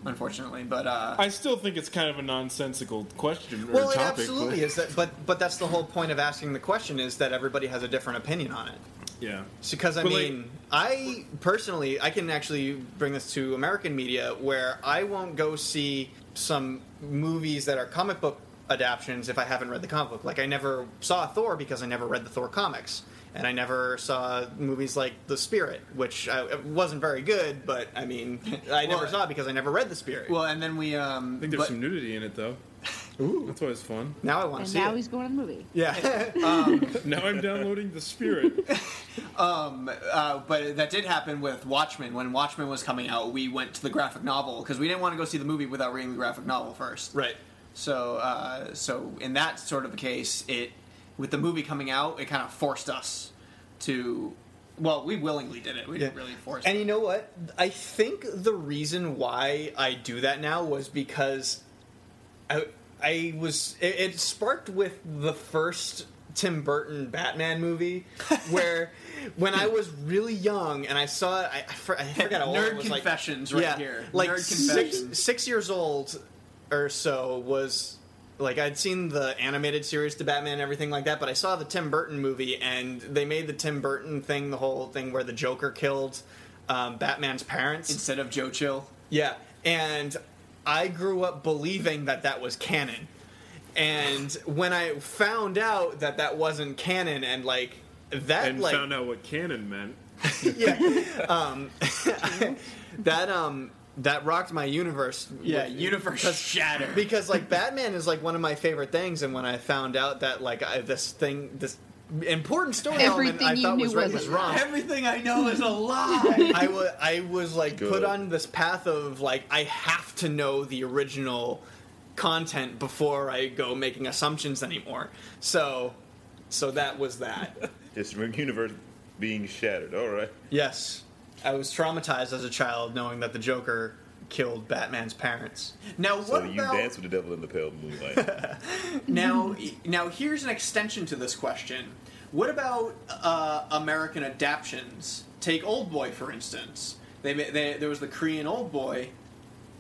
[SPEAKER 4] unfortunately, but uh,
[SPEAKER 3] I still think it's kind of a nonsensical question. Or
[SPEAKER 6] well, it
[SPEAKER 3] topic,
[SPEAKER 6] absolutely
[SPEAKER 3] but-
[SPEAKER 6] is that, but but that's the whole point of asking the question is that everybody has a different opinion on it.
[SPEAKER 3] Yeah,
[SPEAKER 6] Because I
[SPEAKER 3] But, like-
[SPEAKER 6] mean, I personally, I can actually bring this to American media, where I won't go see some movies that are comic book adaptions if I haven't read the comic book. Like I never saw Thor because I never read the Thor comics, and I never saw movies like The Spirit, which I, it wasn't very good, but I mean, I never
[SPEAKER 4] Well-
[SPEAKER 6] saw it because I never read The Spirit.
[SPEAKER 4] well, and then we um,
[SPEAKER 3] I think there's
[SPEAKER 4] but-
[SPEAKER 3] some nudity in it though. that's always fun.
[SPEAKER 6] Now I
[SPEAKER 5] and now he's going to the movie.
[SPEAKER 6] Yeah.
[SPEAKER 3] now I'm downloading the spirit.
[SPEAKER 4] Um, uh, but that did happen with Watchmen. When Watchmen was coming out, we went to the graphic novel because we didn't want to go see the movie without reading the graphic novel first.
[SPEAKER 6] Right.
[SPEAKER 4] So, uh, so in that sort of a case, it with the movie coming out, it kind of forced us to. Well, we willingly did it. We didn't
[SPEAKER 6] Yeah.
[SPEAKER 4] really force.
[SPEAKER 6] And
[SPEAKER 4] it.
[SPEAKER 6] you know what? I think the reason why I do that now was because I, I was. It, it sparked with the first Tim Burton Batman movie, where when I was really young and I saw it, I, I, for, I forgot how old
[SPEAKER 4] Nerd
[SPEAKER 6] it was, like-
[SPEAKER 4] confessions right
[SPEAKER 6] yeah,
[SPEAKER 4] here.
[SPEAKER 6] Like
[SPEAKER 4] Nerd
[SPEAKER 6] six,
[SPEAKER 4] confessions.
[SPEAKER 6] six years old or so was like I'd seen the animated series to Batman and everything like that, but I saw the Tim Burton movie and they made the Tim Burton thing the whole thing where the Joker killed um, Batman's parents
[SPEAKER 4] instead of Joe Chill.
[SPEAKER 6] Yeah, and I grew up believing that that was canon, and when I found out that that wasn't canon and like that
[SPEAKER 3] and
[SPEAKER 6] like
[SPEAKER 3] found out what canon meant.
[SPEAKER 6] that um that rocked my universe.
[SPEAKER 4] Yeah,
[SPEAKER 6] with-
[SPEAKER 4] universe shattered.
[SPEAKER 6] because like Batman is like one of my favorite things, and when I found out that like I, this thing, this important story element
[SPEAKER 5] Everything
[SPEAKER 6] I
[SPEAKER 5] you
[SPEAKER 6] thought
[SPEAKER 5] knew
[SPEAKER 6] was right
[SPEAKER 5] was
[SPEAKER 6] was
[SPEAKER 5] a
[SPEAKER 6] wrong.
[SPEAKER 4] Everything I know is a lie.
[SPEAKER 6] I was I was like put
[SPEAKER 2] Good.
[SPEAKER 6] on this path of like I have to know the original content before I go making assumptions anymore. So, so that was that.
[SPEAKER 2] This universe being shattered. All right.
[SPEAKER 6] yes, I was traumatized as a child knowing that the Joker killed Batman's parents.
[SPEAKER 4] now,
[SPEAKER 2] So
[SPEAKER 4] what
[SPEAKER 2] you
[SPEAKER 4] about
[SPEAKER 2] dance with the devil in the pale moonlight.
[SPEAKER 4] Now, now here's an extension to this question. What about uh, American adaptions? Take Old Boy, for instance. They, ma- they there was the Korean Old Boy.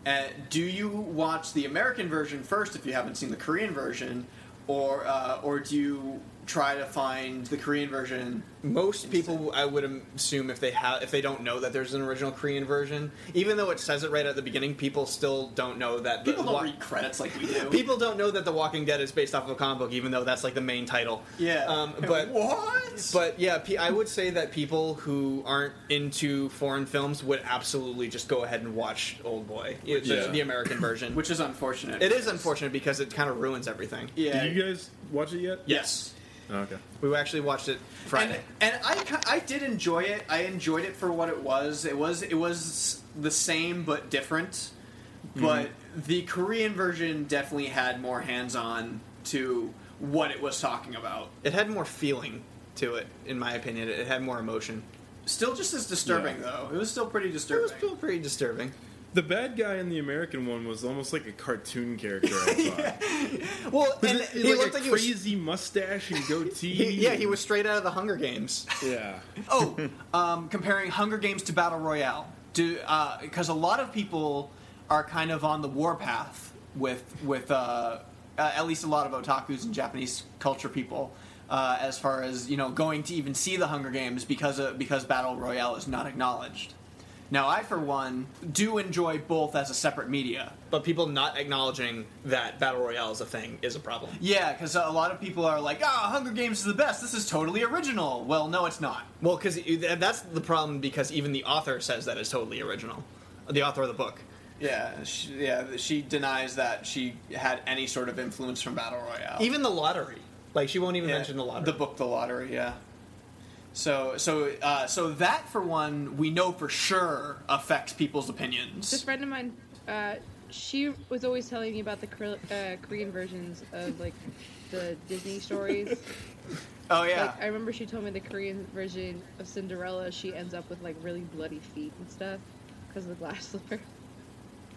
[SPEAKER 4] Uh, do you watch the American version first if you haven't seen the Korean version, or uh, or do you try to find the Korean version?
[SPEAKER 6] Most people, I would assume, if they have, if they don't know that there's an original Korean version, even though it says it right at the beginning, people still don't know that. The
[SPEAKER 4] People don't
[SPEAKER 6] Wa-
[SPEAKER 4] read credits like we do.
[SPEAKER 6] people don't know that The Walking Dead is based off of a comic book, even though that's like the main title.
[SPEAKER 4] yeah,
[SPEAKER 6] Um, but
[SPEAKER 4] what?
[SPEAKER 6] but yeah, pe- I would say that people who aren't into foreign films would absolutely just go ahead and watch Old Boy, the,
[SPEAKER 3] Yeah.
[SPEAKER 6] the American version.
[SPEAKER 4] which is unfortunate.
[SPEAKER 6] it is unfortunate because it kind of ruins everything.
[SPEAKER 4] Yeah.
[SPEAKER 3] Did you guys watch it yet? Oh,
[SPEAKER 4] yes.
[SPEAKER 3] Okay.
[SPEAKER 6] We actually watched it Friday.
[SPEAKER 4] And, and I, ki- I did enjoy it. I enjoyed it for what it was. It was it was the same but different.
[SPEAKER 6] Mm-hmm.
[SPEAKER 4] But the Korean version definitely had more hands on to what it was talking about.
[SPEAKER 6] it had more feeling to it, in my opinion. It had more emotion.
[SPEAKER 4] Still, just as disturbing
[SPEAKER 3] Yeah.
[SPEAKER 4] though. It was still pretty
[SPEAKER 6] It
[SPEAKER 4] disturbing.
[SPEAKER 6] was still pretty disturbing.
[SPEAKER 3] The bad guy in the American one was almost like a cartoon character. I thought.
[SPEAKER 6] Well,
[SPEAKER 3] Was
[SPEAKER 6] and
[SPEAKER 3] it,
[SPEAKER 6] he
[SPEAKER 3] like,
[SPEAKER 6] looked
[SPEAKER 3] a
[SPEAKER 6] like he was-
[SPEAKER 3] crazy mustache and goatee.
[SPEAKER 6] He- yeah, he was straight out of the Hunger Games.
[SPEAKER 3] Yeah.
[SPEAKER 6] oh, um, comparing Hunger Games to Battle Royale, because a lot of people are kind of on the warpath with with uh, uh, at least a lot of otakus and Japanese culture people. Uh, as far as you know, going to even see the Hunger Games because of, because Battle Royale is not acknowledged. Now, I for one do enjoy both as a separate media.
[SPEAKER 4] But people not acknowledging that battle royale is a thing is a problem.
[SPEAKER 6] Yeah, because a lot of people are like, "Ah, Hunger Games is the best. This is totally original." Well, no, it's not.
[SPEAKER 4] Well, because that's the problem. Because even the author says that it's totally original. The author of the book.
[SPEAKER 6] Yeah, she, yeah. She denies that she had any sort of influence from Battle Royale.
[SPEAKER 4] Even the lottery. Like she won't even
[SPEAKER 6] Yeah,
[SPEAKER 4] mention the lottery.
[SPEAKER 6] the book, the lottery. Yeah. So, so, uh, so that for one, we know for sure affects people's opinions.
[SPEAKER 5] This friend of mine, uh, she was always telling me about the Kor- uh, Korean versions of like the Disney stories.
[SPEAKER 6] Oh yeah.
[SPEAKER 5] Like, I remember she told me the Korean version of Cinderella. She ends up with like really bloody feet and stuff because of the glass slipper.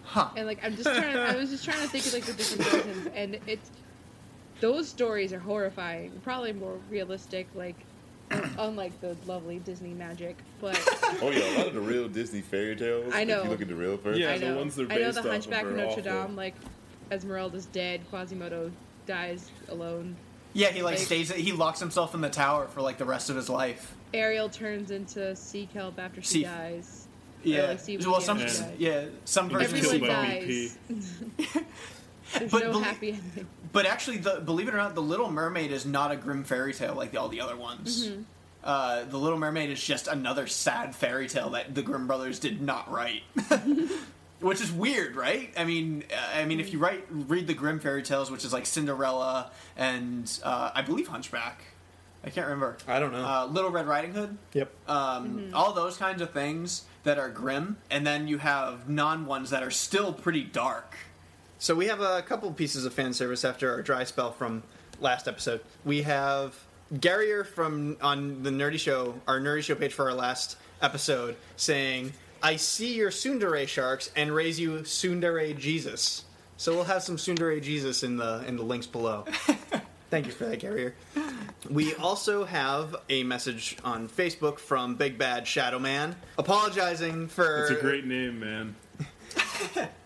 [SPEAKER 6] Huh.
[SPEAKER 5] And like I'm just trying. I was just trying to think of like the different versions, and it's those stories are horrifying. Probably more realistic, like unlike the lovely Disney magic, but.
[SPEAKER 2] Oh yeah, a lot of the real Disney fairy tales.
[SPEAKER 5] I know.
[SPEAKER 2] If you look at the real fairy
[SPEAKER 3] Yeah,
[SPEAKER 5] I
[SPEAKER 3] the
[SPEAKER 5] know.
[SPEAKER 3] ones they're
[SPEAKER 5] I know
[SPEAKER 3] based
[SPEAKER 5] the
[SPEAKER 3] off of
[SPEAKER 5] Hunchback
[SPEAKER 3] are
[SPEAKER 5] of Notre
[SPEAKER 3] awful.
[SPEAKER 5] Dame. Like Esmeralda's dead. Quasimodo dies alone.
[SPEAKER 6] yeah, he like stays. He locks himself in the tower for like the rest of his life.
[SPEAKER 5] Ariel turns into sea kelp after she
[SPEAKER 6] Sea-
[SPEAKER 5] dies.
[SPEAKER 6] Yeah.
[SPEAKER 5] Or, like, sea
[SPEAKER 6] well, some.
[SPEAKER 5] weed after she
[SPEAKER 6] Yeah.
[SPEAKER 5] dies.
[SPEAKER 6] some versions.
[SPEAKER 5] Everyone dies. There's
[SPEAKER 6] But
[SPEAKER 5] no
[SPEAKER 6] belie-
[SPEAKER 5] happy ending.
[SPEAKER 6] But actually, the, believe it or not, The Little Mermaid is not a grim fairy tale like all the other ones.
[SPEAKER 5] Mhm.
[SPEAKER 6] Uh, the Little Mermaid is just another sad fairy tale that the Grimm brothers did not write, which is weird, right? I mean, uh, I mean, if you write read the Grimm fairy tales, which is like Cinderella and uh, I believe Hunchback, I can't remember. I don't know. Uh, Little Red Riding Hood.
[SPEAKER 4] Yep.
[SPEAKER 6] Um, All those kinds of things that are grim, and then you have non ones that are still pretty dark.
[SPEAKER 4] So we have a couple pieces of fan service after our dry spell from last episode. We have Garrier from on the Nerdy Show, our Nerdy Show page for our last episode, saying, "I see your Sundere sharks and raise you Sundere Jesus." So we'll have some Sundere Jesus in the in the links below. Thank you for that, Garrier. We also have a message on Facebook from Big Bad Shadow Man apologizing for
[SPEAKER 3] It's a great name, man.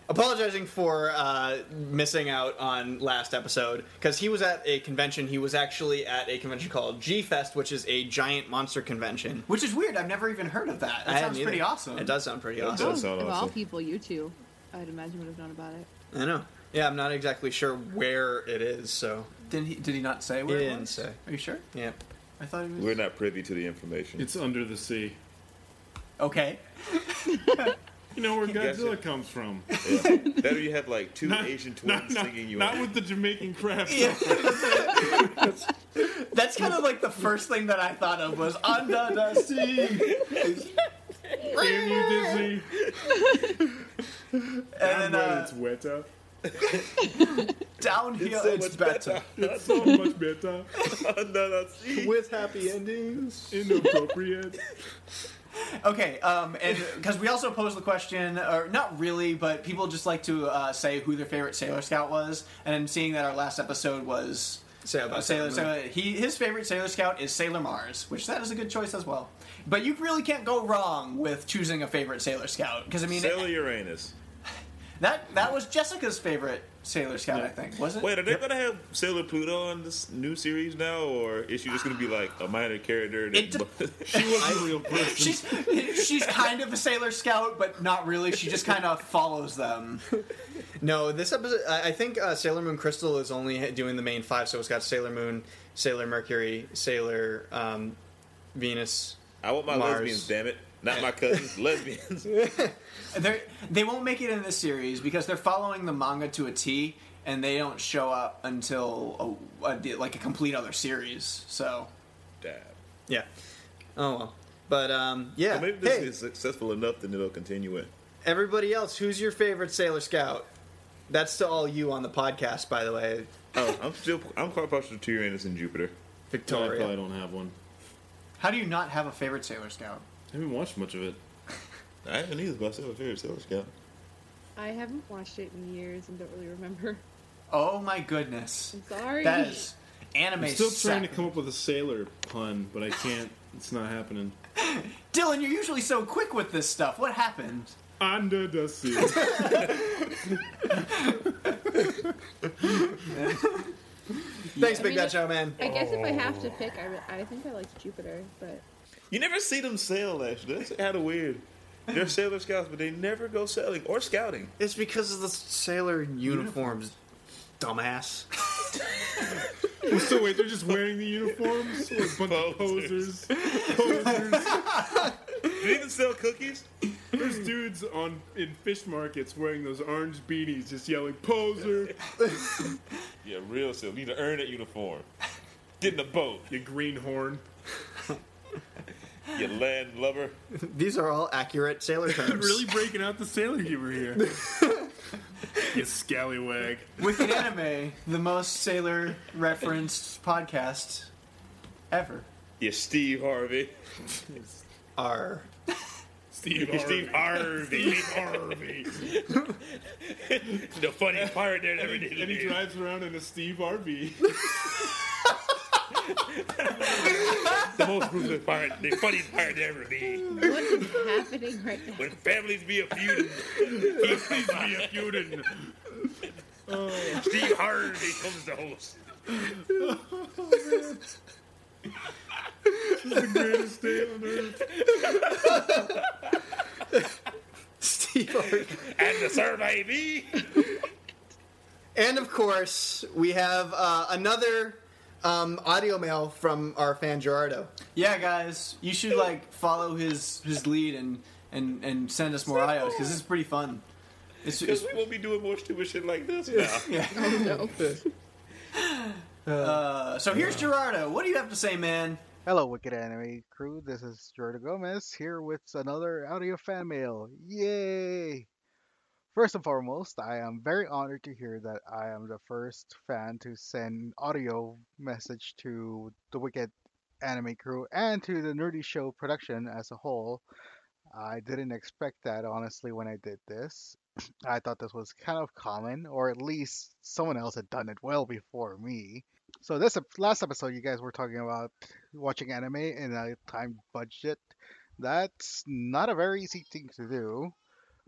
[SPEAKER 4] apologizing for uh, missing out on last episode because he was at a convention. He was actually at a convention called G Fest, which is a giant monster convention.
[SPEAKER 6] Which is weird. I've never even heard of that. That
[SPEAKER 4] I
[SPEAKER 6] sounds
[SPEAKER 4] hadn't
[SPEAKER 6] pretty
[SPEAKER 4] either.
[SPEAKER 6] awesome.
[SPEAKER 4] It does sound pretty awesome.
[SPEAKER 5] Of all people, you two, I'd imagine would have known about it.
[SPEAKER 4] I know. Yeah, I'm not exactly sure where it is. So
[SPEAKER 6] did he? Did he not say where
[SPEAKER 4] he
[SPEAKER 6] it
[SPEAKER 4] didn't
[SPEAKER 6] was?
[SPEAKER 4] say?
[SPEAKER 6] Are you sure?
[SPEAKER 4] Yeah.
[SPEAKER 6] I thought he was.
[SPEAKER 2] We're not privy to the information.
[SPEAKER 3] It's under the sea.
[SPEAKER 6] Okay.
[SPEAKER 3] You know where
[SPEAKER 2] Gotcha.
[SPEAKER 3] Godzilla comes from.
[SPEAKER 2] Better you have like two Asian twins
[SPEAKER 3] not,
[SPEAKER 2] singing you.
[SPEAKER 3] not
[SPEAKER 2] out.
[SPEAKER 3] with the Jamaican crap.
[SPEAKER 6] That's kind of like the first thing that I thought of was under the sea,
[SPEAKER 3] Damn you, Disney.
[SPEAKER 6] and
[SPEAKER 3] When
[SPEAKER 6] uh,
[SPEAKER 3] it's wetter.
[SPEAKER 6] down here it's, better.
[SPEAKER 3] It's so much better.
[SPEAKER 4] With happy endings.
[SPEAKER 3] Inappropriate.
[SPEAKER 6] Okay, um, and because we also posed the question, or not really, but people just like to uh, say who their favorite Sailor Scout was, and seeing that our last episode was
[SPEAKER 4] Sailor by
[SPEAKER 6] uh, Sailor,
[SPEAKER 4] Sailor
[SPEAKER 6] Sailor, he his favorite Sailor Scout is Sailor Mars, which that is a good choice as well. But you really can't go wrong with choosing a favorite Sailor Scout because I mean
[SPEAKER 2] Sailor Uranus.
[SPEAKER 6] that that was Jessica's favorite Sailor Scout, I think, was it?
[SPEAKER 2] Wait, are they gonna have Sailor Pluto on this new series now, or is she just gonna be like a minor character? That
[SPEAKER 6] It de-
[SPEAKER 3] She was a real person.
[SPEAKER 6] She's she's kind of a Sailor Scout, but not really. She just kind of follows them.
[SPEAKER 4] No, this episode. I I think uh, Sailor Moon Crystal is only doing the main five, so it's got Sailor Moon, Sailor Mercury, Sailor um, Venus.
[SPEAKER 2] I want my
[SPEAKER 4] Mars.
[SPEAKER 2] lesbians, damn it, not my cousins, lesbians.
[SPEAKER 6] They they won't make it in this series because they're following the manga to a T, and they don't show up until a, a- like a complete other series. So
[SPEAKER 2] Damn.
[SPEAKER 4] Yeah. Oh well. But um, yeah.
[SPEAKER 2] Well, maybe this
[SPEAKER 4] Hey.
[SPEAKER 2] is successful enough, then it'll continue it.
[SPEAKER 4] Everybody else, who's your favorite Sailor Scout? That's to all you on the podcast, by the way.
[SPEAKER 2] Oh, I'm still I'm quite partial to Uranus and Jupiter.
[SPEAKER 3] I
[SPEAKER 4] Victoria.
[SPEAKER 3] probably don't have one.
[SPEAKER 6] how do you not have a favorite Sailor Scout?
[SPEAKER 3] I haven't watched much of it.
[SPEAKER 2] I haven't either, but I still have a favorite Sailor Scout.
[SPEAKER 5] I haven't watched it in years and don't really remember.
[SPEAKER 6] Oh my goodness.
[SPEAKER 5] I'm sorry.
[SPEAKER 6] That is anime
[SPEAKER 3] I'm still trying to
[SPEAKER 6] sac-
[SPEAKER 3] come up with a sailor pun, but I can't. It's not happening.
[SPEAKER 6] Dylan, you're usually so quick with this stuff. What happened?
[SPEAKER 3] Under the sea.
[SPEAKER 4] Thanks,
[SPEAKER 5] I
[SPEAKER 4] Big
[SPEAKER 5] mean,
[SPEAKER 4] Bad Show Man.
[SPEAKER 5] I guess if I have to pick, I, re- I think I like Jupiter, but
[SPEAKER 2] You never see them sail, actually. That's kind of weird. They're sailor scouts, but they never go sailing or scouting.
[SPEAKER 4] It's because of the sailor uniforms, dumbass.
[SPEAKER 3] so wait, they're just wearing the uniforms? What a bunch of posers. Posers.
[SPEAKER 2] Do they even sell cookies?
[SPEAKER 3] There's dudes on in fish markets wearing those orange beanies, just yelling "poser."
[SPEAKER 2] Yeah, real sail. You need to earn that uniform. Get in the boat,
[SPEAKER 3] You greenhorn.
[SPEAKER 2] you land lover.
[SPEAKER 4] These are all accurate sailor terms.
[SPEAKER 3] Really breaking out the sailor humor here. you scallywag.
[SPEAKER 6] With an anime, the most sailor referenced podcast ever.
[SPEAKER 2] You Steve Harvey.
[SPEAKER 4] Are
[SPEAKER 3] Steve
[SPEAKER 2] You Steve Harvey.
[SPEAKER 3] Harvey.
[SPEAKER 2] the funniest pirate that ever did.
[SPEAKER 3] And he drives around in a Steve RV.
[SPEAKER 2] the most ruthless pirate, the funniest pirate there ever be.
[SPEAKER 5] what is happening right now?
[SPEAKER 2] When families be a feuding, families be a feuding. Oh. Steve Harvey comes to host.
[SPEAKER 3] Greatest day on earth.
[SPEAKER 4] Steve Harvey.
[SPEAKER 2] And the survey be.
[SPEAKER 4] And of course, we have uh, another um, audio mail from our fan Gerardo.
[SPEAKER 6] Yeah, guys, you should like follow his his lead and and and send us more IOs because it's pretty fun. It's, it's
[SPEAKER 2] we won't be doing more stupid shit like this now.
[SPEAKER 6] uh, so here's Gerardo. What do you have to say, man?
[SPEAKER 9] Hello, Wicked Anime crew. This is Jordan Gomez here with another audio fan mail. Yay! First and foremost, I am very honored to hear that I am the first fan to send audio message to the Wicked Anime crew and to the Nerdy Show production as a whole. I didn't expect that honestly when I did this. I thought this was kind of common, or at least someone else had done it well before me. So this ep- last episode, you guys were talking about watching anime in a time budget. That's not a very easy thing to do.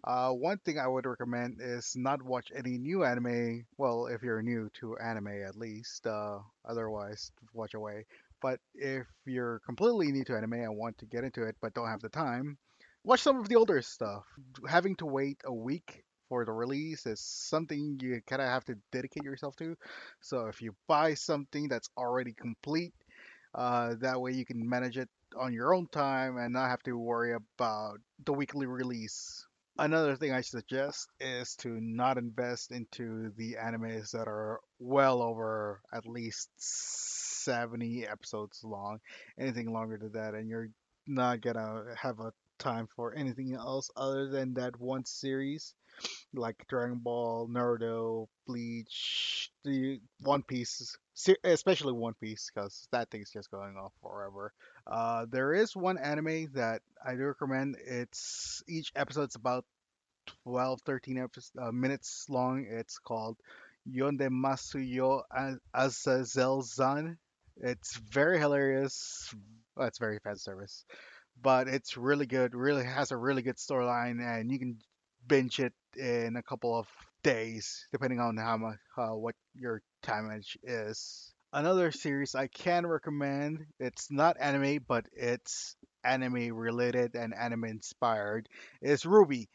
[SPEAKER 9] Uh, one thing I would recommend is not watch any new anime. Well, if you're new to anime, at least. Uh, otherwise, watch away. But if you're completely new to anime and want to get into it but don't have the time, watch some of the older stuff. Having to wait a week for the release is something you kind of have to dedicate yourself to. So if you buy something that's already complete, uh, that way you can manage it on your own time and not have to worry about the weekly release. Another thing I suggest is to not invest into the animes that are well over at least 70 episodes long. Anything longer than that, and you're not gonna have a time for anything else other than that one series like Dragon Ball, Naruto, Bleach, the One Piece, se- especially One Piece, because that thing's just going on forever. Uh, there is one anime that I do recommend. It's each episode's about 12, 13 episodes, uh, minutes long. It's called Yonde Masuyo Azazel Zan. It's very hilarious. Well, it's very fan service, but it's really good. Really has a really good storyline, and you can binge it in a couple of days, depending on how much uh, what your time edge is. Another series I can recommend. It's not anime, but it's anime related and anime inspired. Is Ruby,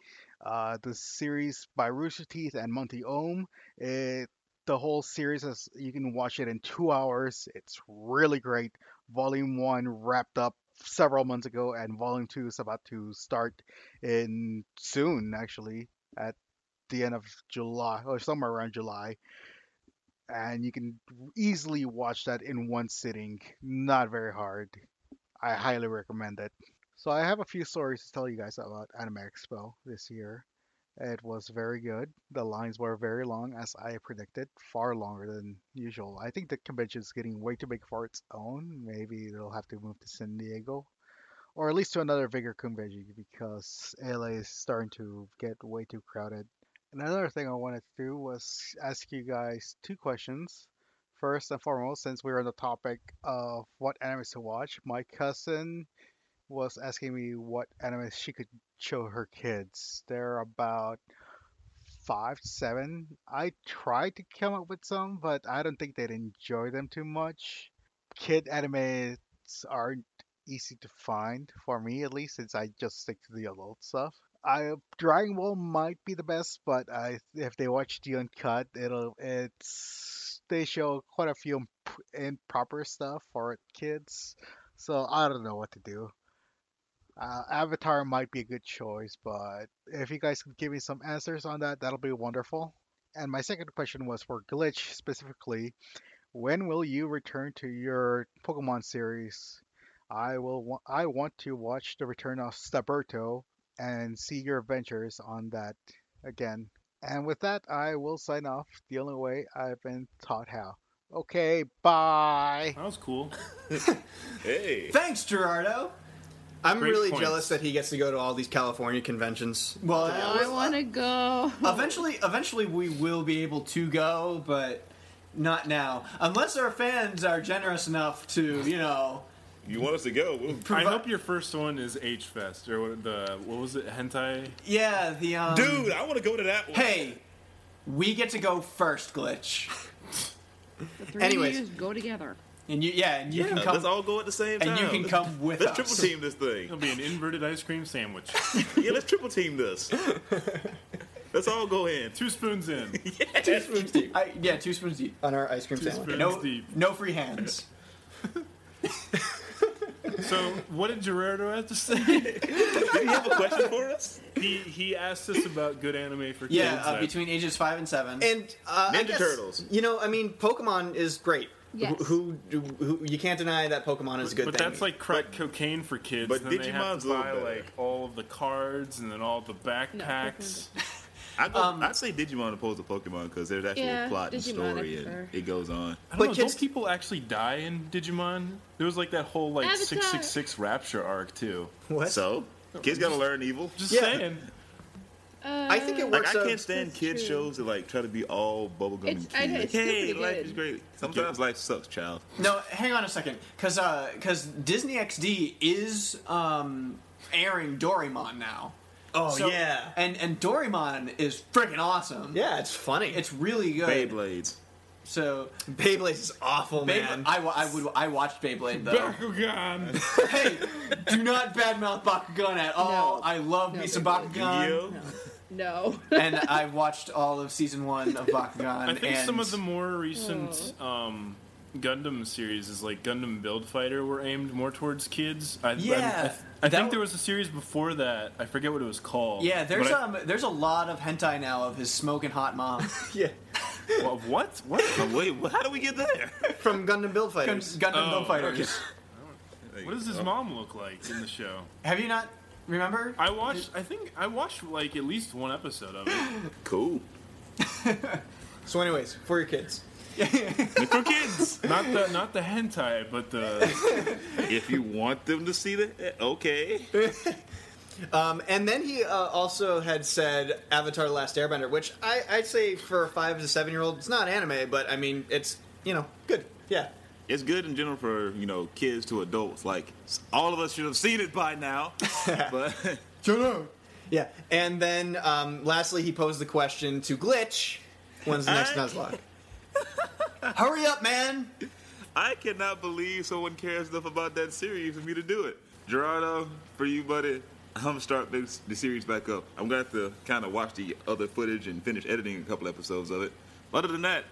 [SPEAKER 9] uh, the series by Rooster Teeth and Monty Ohm. It the whole series is you can watch it in two hours. It's really great. Volume one wrapped up several months ago, and volume two is about to start in soon actually at the end of July or somewhere around July. And you can easily watch that in one sitting. Not very hard. I highly recommend it. So I have a few stories to tell you guys about Anime Expo this year. It was very good. The lines were very long, as I predicted, far longer than usual. I think the convention is getting way too big for its own. Maybe it'll have to move to San Diego or at least to another bigger convention because LA is starting to get way too crowded. And another thing I wanted to do was ask you guys two questions. First and foremost, since we are on the topic of what animes to watch, my cousin was asking me what animes she could show her kids. They're about five, seven. I tried to come up with some, but I don't think they'd enjoy them too much. Kid animes aren't easy to find, for me at least, since I just stick to the adult stuff. I Dragon Ball might be the best, but I if they watch the uncut, it'll it's they show quite a few imp- improper stuff for kids, so I don't know what to do. Uh, Avatar might be a good choice, but if you guys could give me some answers on that, that'll be wonderful. And my second question was for Glitch specifically. When will you return to your Pokemon series? I will. Wa- I want to watch the return of Staberto and see your adventures on that again. And with that, I will sign off the only way I've been taught how. Okay, bye.
[SPEAKER 3] That was cool.
[SPEAKER 2] hey.
[SPEAKER 4] Thanks, Gerardo.
[SPEAKER 6] I'm
[SPEAKER 4] Great
[SPEAKER 6] really
[SPEAKER 4] points.
[SPEAKER 6] jealous that he gets to go to all these California conventions.
[SPEAKER 4] Well,
[SPEAKER 5] I want to go.
[SPEAKER 4] eventually, eventually we will be able to go, but not now. Unless our fans are generous enough to, you know.
[SPEAKER 2] You want us to go? We'll
[SPEAKER 3] I hope your first one is H Fest or what- the what was it hentai?
[SPEAKER 4] Yeah, the um,
[SPEAKER 3] Dude,
[SPEAKER 2] I want to go to that
[SPEAKER 3] one.
[SPEAKER 4] Hey, we get to go first, glitch.
[SPEAKER 5] The three
[SPEAKER 4] Anyways.
[SPEAKER 5] of you go together.
[SPEAKER 4] And you, yeah, and you can
[SPEAKER 2] Yeah,
[SPEAKER 4] come.
[SPEAKER 2] let's all go at the same
[SPEAKER 4] and
[SPEAKER 2] time.
[SPEAKER 4] you can come with
[SPEAKER 2] let's
[SPEAKER 4] us.
[SPEAKER 2] triple team this thing. It'll
[SPEAKER 3] be an inverted ice cream sandwich.
[SPEAKER 2] yeah, let's triple team this. let's all go in.
[SPEAKER 3] Two spoons in.
[SPEAKER 4] two spoons deep. I, yeah, two spoons deep
[SPEAKER 6] on our ice cream
[SPEAKER 4] Two
[SPEAKER 6] sandwich.
[SPEAKER 4] spoons No- deep. no free hands.
[SPEAKER 3] So, what did Gerardo have to say? Did
[SPEAKER 2] he have a question for us?
[SPEAKER 3] He he asked us about good anime for kids.
[SPEAKER 4] Yeah, uh,
[SPEAKER 3] I-
[SPEAKER 4] between ages five and seven.
[SPEAKER 6] And uh, I guess, You know, I mean, Pokemon is great.
[SPEAKER 4] Yes.
[SPEAKER 6] Who, who, who you can't deny that Pokemon is a good
[SPEAKER 3] but
[SPEAKER 6] thing.
[SPEAKER 3] that's like crack cocaine for kids.
[SPEAKER 6] but
[SPEAKER 3] But then they have
[SPEAKER 6] Digimon's a
[SPEAKER 3] to
[SPEAKER 6] little
[SPEAKER 3] buy
[SPEAKER 6] better.
[SPEAKER 3] like all of the cards and then all the backpacks.
[SPEAKER 2] I go, I'd say Digimon opposed to Pokemon because there's actual
[SPEAKER 3] Yeah,
[SPEAKER 2] plot and
[SPEAKER 3] Digimon,
[SPEAKER 2] story,
[SPEAKER 3] I'd
[SPEAKER 2] and
[SPEAKER 3] prefer.
[SPEAKER 2] it goes on.
[SPEAKER 3] I don't know, don't people actually die in Digimon? There was like that whole like
[SPEAKER 2] Avatar.
[SPEAKER 3] six six six rapture arc too.
[SPEAKER 6] What?
[SPEAKER 2] So kids gotta learn evil.
[SPEAKER 3] Just saying.
[SPEAKER 5] Uh,
[SPEAKER 2] I think it works. Like, I
[SPEAKER 3] out-
[SPEAKER 2] can't stand
[SPEAKER 3] That's
[SPEAKER 2] kids
[SPEAKER 3] true.
[SPEAKER 2] shows that like try to be all bubblegum and
[SPEAKER 4] It's- I know,
[SPEAKER 2] cute.
[SPEAKER 4] it's
[SPEAKER 2] hey,
[SPEAKER 4] stupid
[SPEAKER 2] life
[SPEAKER 4] good.
[SPEAKER 2] is great. Sometimes life sucks, child.
[SPEAKER 4] No, hang on a second, because because Disney XD is um, airing Doraemon now.
[SPEAKER 6] Oh, yeah.
[SPEAKER 4] and and Doraemon is freaking awesome.
[SPEAKER 6] Yeah, it's funny.
[SPEAKER 4] It's really good.
[SPEAKER 2] Beyblades.
[SPEAKER 4] So
[SPEAKER 6] Beyblades is awful, man.
[SPEAKER 4] I, wa- I would I watched Beyblade though.
[SPEAKER 6] Oh,
[SPEAKER 3] Bakugan.
[SPEAKER 4] hey, do not badmouth Bakugan at all. I love me some
[SPEAKER 2] Um,
[SPEAKER 4] Bakugan.
[SPEAKER 5] No.
[SPEAKER 4] and I watched all of season one of Bakugan.
[SPEAKER 3] I think
[SPEAKER 4] and
[SPEAKER 3] some of the more recent um, Gundam series is like Gundam Build Fighter were aimed more towards kids. I, I'm- I,
[SPEAKER 4] Yeah,
[SPEAKER 3] th- I think there was a series before that. I forget what it was called.
[SPEAKER 4] Yeah, there's
[SPEAKER 3] but I-
[SPEAKER 4] um there's a lot of hentai now of his smoking hot mom.
[SPEAKER 6] yeah.
[SPEAKER 4] um,
[SPEAKER 3] Well, what? What?
[SPEAKER 2] Uh, Wait, what- how do we get there?
[SPEAKER 6] From Gundam Build
[SPEAKER 4] Fighters. Gun- Gundam
[SPEAKER 3] Oh,
[SPEAKER 4] Build Fighters.
[SPEAKER 3] okay. What does his mom look like in the show?
[SPEAKER 4] Have you not remember?
[SPEAKER 3] I watched. I think I watched like at least one episode of it.
[SPEAKER 2] Cool.
[SPEAKER 6] so, anyways, for your kids.
[SPEAKER 3] for kids, not the not the hentai, but the.
[SPEAKER 2] if you want them to see that, okay.
[SPEAKER 6] Um, and then he uh, also had said Avatar: The Last Airbender, which I, I'd say for a five to seven year old, it's not anime, but I mean, it's you know good. Yeah.
[SPEAKER 2] It's good in general for you know kids to adults. Like s- all of us should have seen it by now. but
[SPEAKER 6] Yeah. And then um, lastly, he posed the question to Glitch: When's the next
[SPEAKER 4] Uh,
[SPEAKER 2] I-
[SPEAKER 6] Nuzlocke? Hurry up, man!
[SPEAKER 2] I cannot believe someone cares enough about that series for me to do it. Gerardo, for you, buddy, I'm gonna start this, the series back up. I'm gonna have to kind of watch the other footage and finish editing a couple episodes of it. Other than that,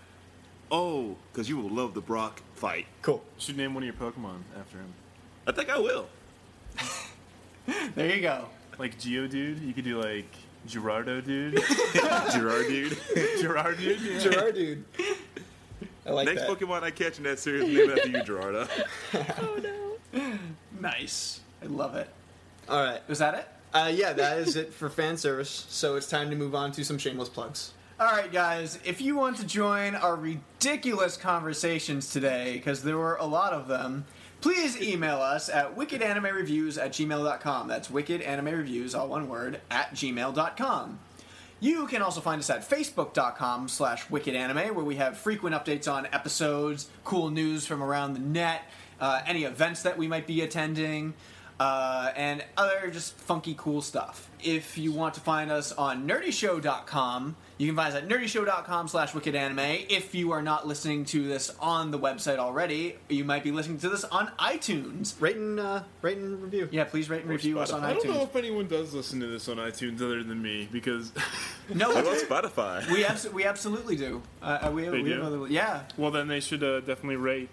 [SPEAKER 2] oh, because you will love the Brock fight.
[SPEAKER 6] Cool.
[SPEAKER 3] Should name one of your Pokemon after him.
[SPEAKER 2] I think I will.
[SPEAKER 4] there you go.
[SPEAKER 3] Like Geodude, you could do like Gerardo dude.
[SPEAKER 2] Gerard dude.
[SPEAKER 3] Gerard dude. Yeah.
[SPEAKER 6] Gerard dude. I like
[SPEAKER 2] Next
[SPEAKER 6] that.
[SPEAKER 2] Pokemon I catch in that series is named after you, Gerardo.
[SPEAKER 4] Nice. I love it.
[SPEAKER 6] All right.
[SPEAKER 4] Was that it?
[SPEAKER 6] Uh, yeah, that is it for fan service. So it's time to move on to some shameless plugs.
[SPEAKER 4] All right, guys. If you want to join our ridiculous conversations today, because there were a lot of them, please email us at wickedanimereviews at gmail.com. That's wickedanimereviews, all one word, at gmail.com. You can also find us at facebook.com slash wickedanime, where we have frequent updates on episodes, cool news from around the net, uh, any events that we might be attending, uh, and other just funky, cool stuff. If you want to find us on nerdyshow.com, you can find us at nerdyshow.com slash wickedanime. If you are not listening to this on the website already, you might be listening to this on iTunes. Rate and, uh, rate and review. Yeah, please rate and review us on
[SPEAKER 3] I
[SPEAKER 4] iTunes.
[SPEAKER 3] don't know if anyone does listen to this on iTunes other than me because
[SPEAKER 4] No, How we about do.
[SPEAKER 3] Spotify.
[SPEAKER 4] we, abso- we absolutely do. Uh, uh, we,
[SPEAKER 3] They
[SPEAKER 4] we
[SPEAKER 3] do?
[SPEAKER 4] Have other, yeah.
[SPEAKER 3] Well, then they should uh, definitely rate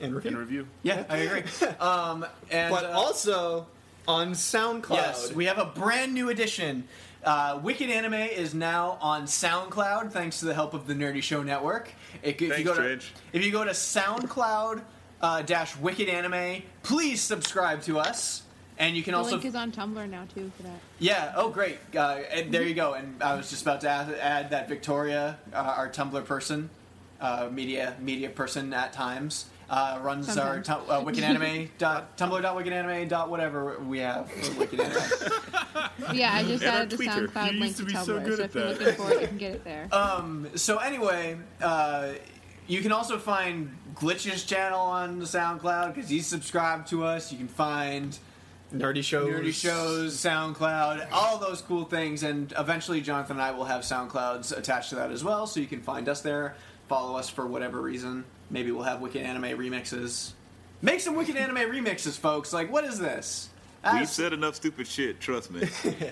[SPEAKER 4] and review.
[SPEAKER 6] Yeah,
[SPEAKER 4] I agree. Um, and,
[SPEAKER 6] but
[SPEAKER 4] uh,
[SPEAKER 6] also on SoundCloud.
[SPEAKER 4] Yes, we have a brand new edition. Uh, Wicked Anime is now on SoundCloud, thanks to the help of the Nerdy Show Network. If, if you
[SPEAKER 2] Thanks,
[SPEAKER 4] go to,
[SPEAKER 2] Dredge.
[SPEAKER 4] If you go to SoundCloud uh, dash Wicked Anime, please subscribe to us, and you can
[SPEAKER 5] the
[SPEAKER 4] also
[SPEAKER 5] link is on Tumblr now too for that.
[SPEAKER 4] yeah. Oh, great. Uh, and there you go. And I was just about to add, add that Victoria, uh, our Tumblr person, uh, media media person at times, uh, runs our
[SPEAKER 5] Sometimes.
[SPEAKER 4] tu- uh, wikidanime dot tumblr dot wikidanime dot whatever we have. for Wikidanime.
[SPEAKER 5] Yeah, I just
[SPEAKER 4] And our
[SPEAKER 5] added the
[SPEAKER 4] tweeter.
[SPEAKER 5] SoundCloud
[SPEAKER 4] You
[SPEAKER 5] link
[SPEAKER 4] used
[SPEAKER 5] to,
[SPEAKER 4] to be
[SPEAKER 5] Tumblr,
[SPEAKER 4] so
[SPEAKER 5] so,
[SPEAKER 4] good at
[SPEAKER 5] if you're
[SPEAKER 4] that.
[SPEAKER 5] looking for it, you can get it there.
[SPEAKER 4] Um, so anyway, uh, you can also find Glitch's channel on the SoundCloud because he's subscribed to us. You can find
[SPEAKER 6] Nerdy shows.
[SPEAKER 4] Nerdy shows, SoundCloud, all those cool things, and eventually Jonathan and I will have SoundClouds attached to that as well, so you can find us there. Follow us for whatever reason. Maybe we'll have Wicked Anime remixes. Make some Wicked Anime remixes, folks. Like, what is this?
[SPEAKER 2] We've
[SPEAKER 4] Ask-
[SPEAKER 2] said enough stupid shit. Trust me.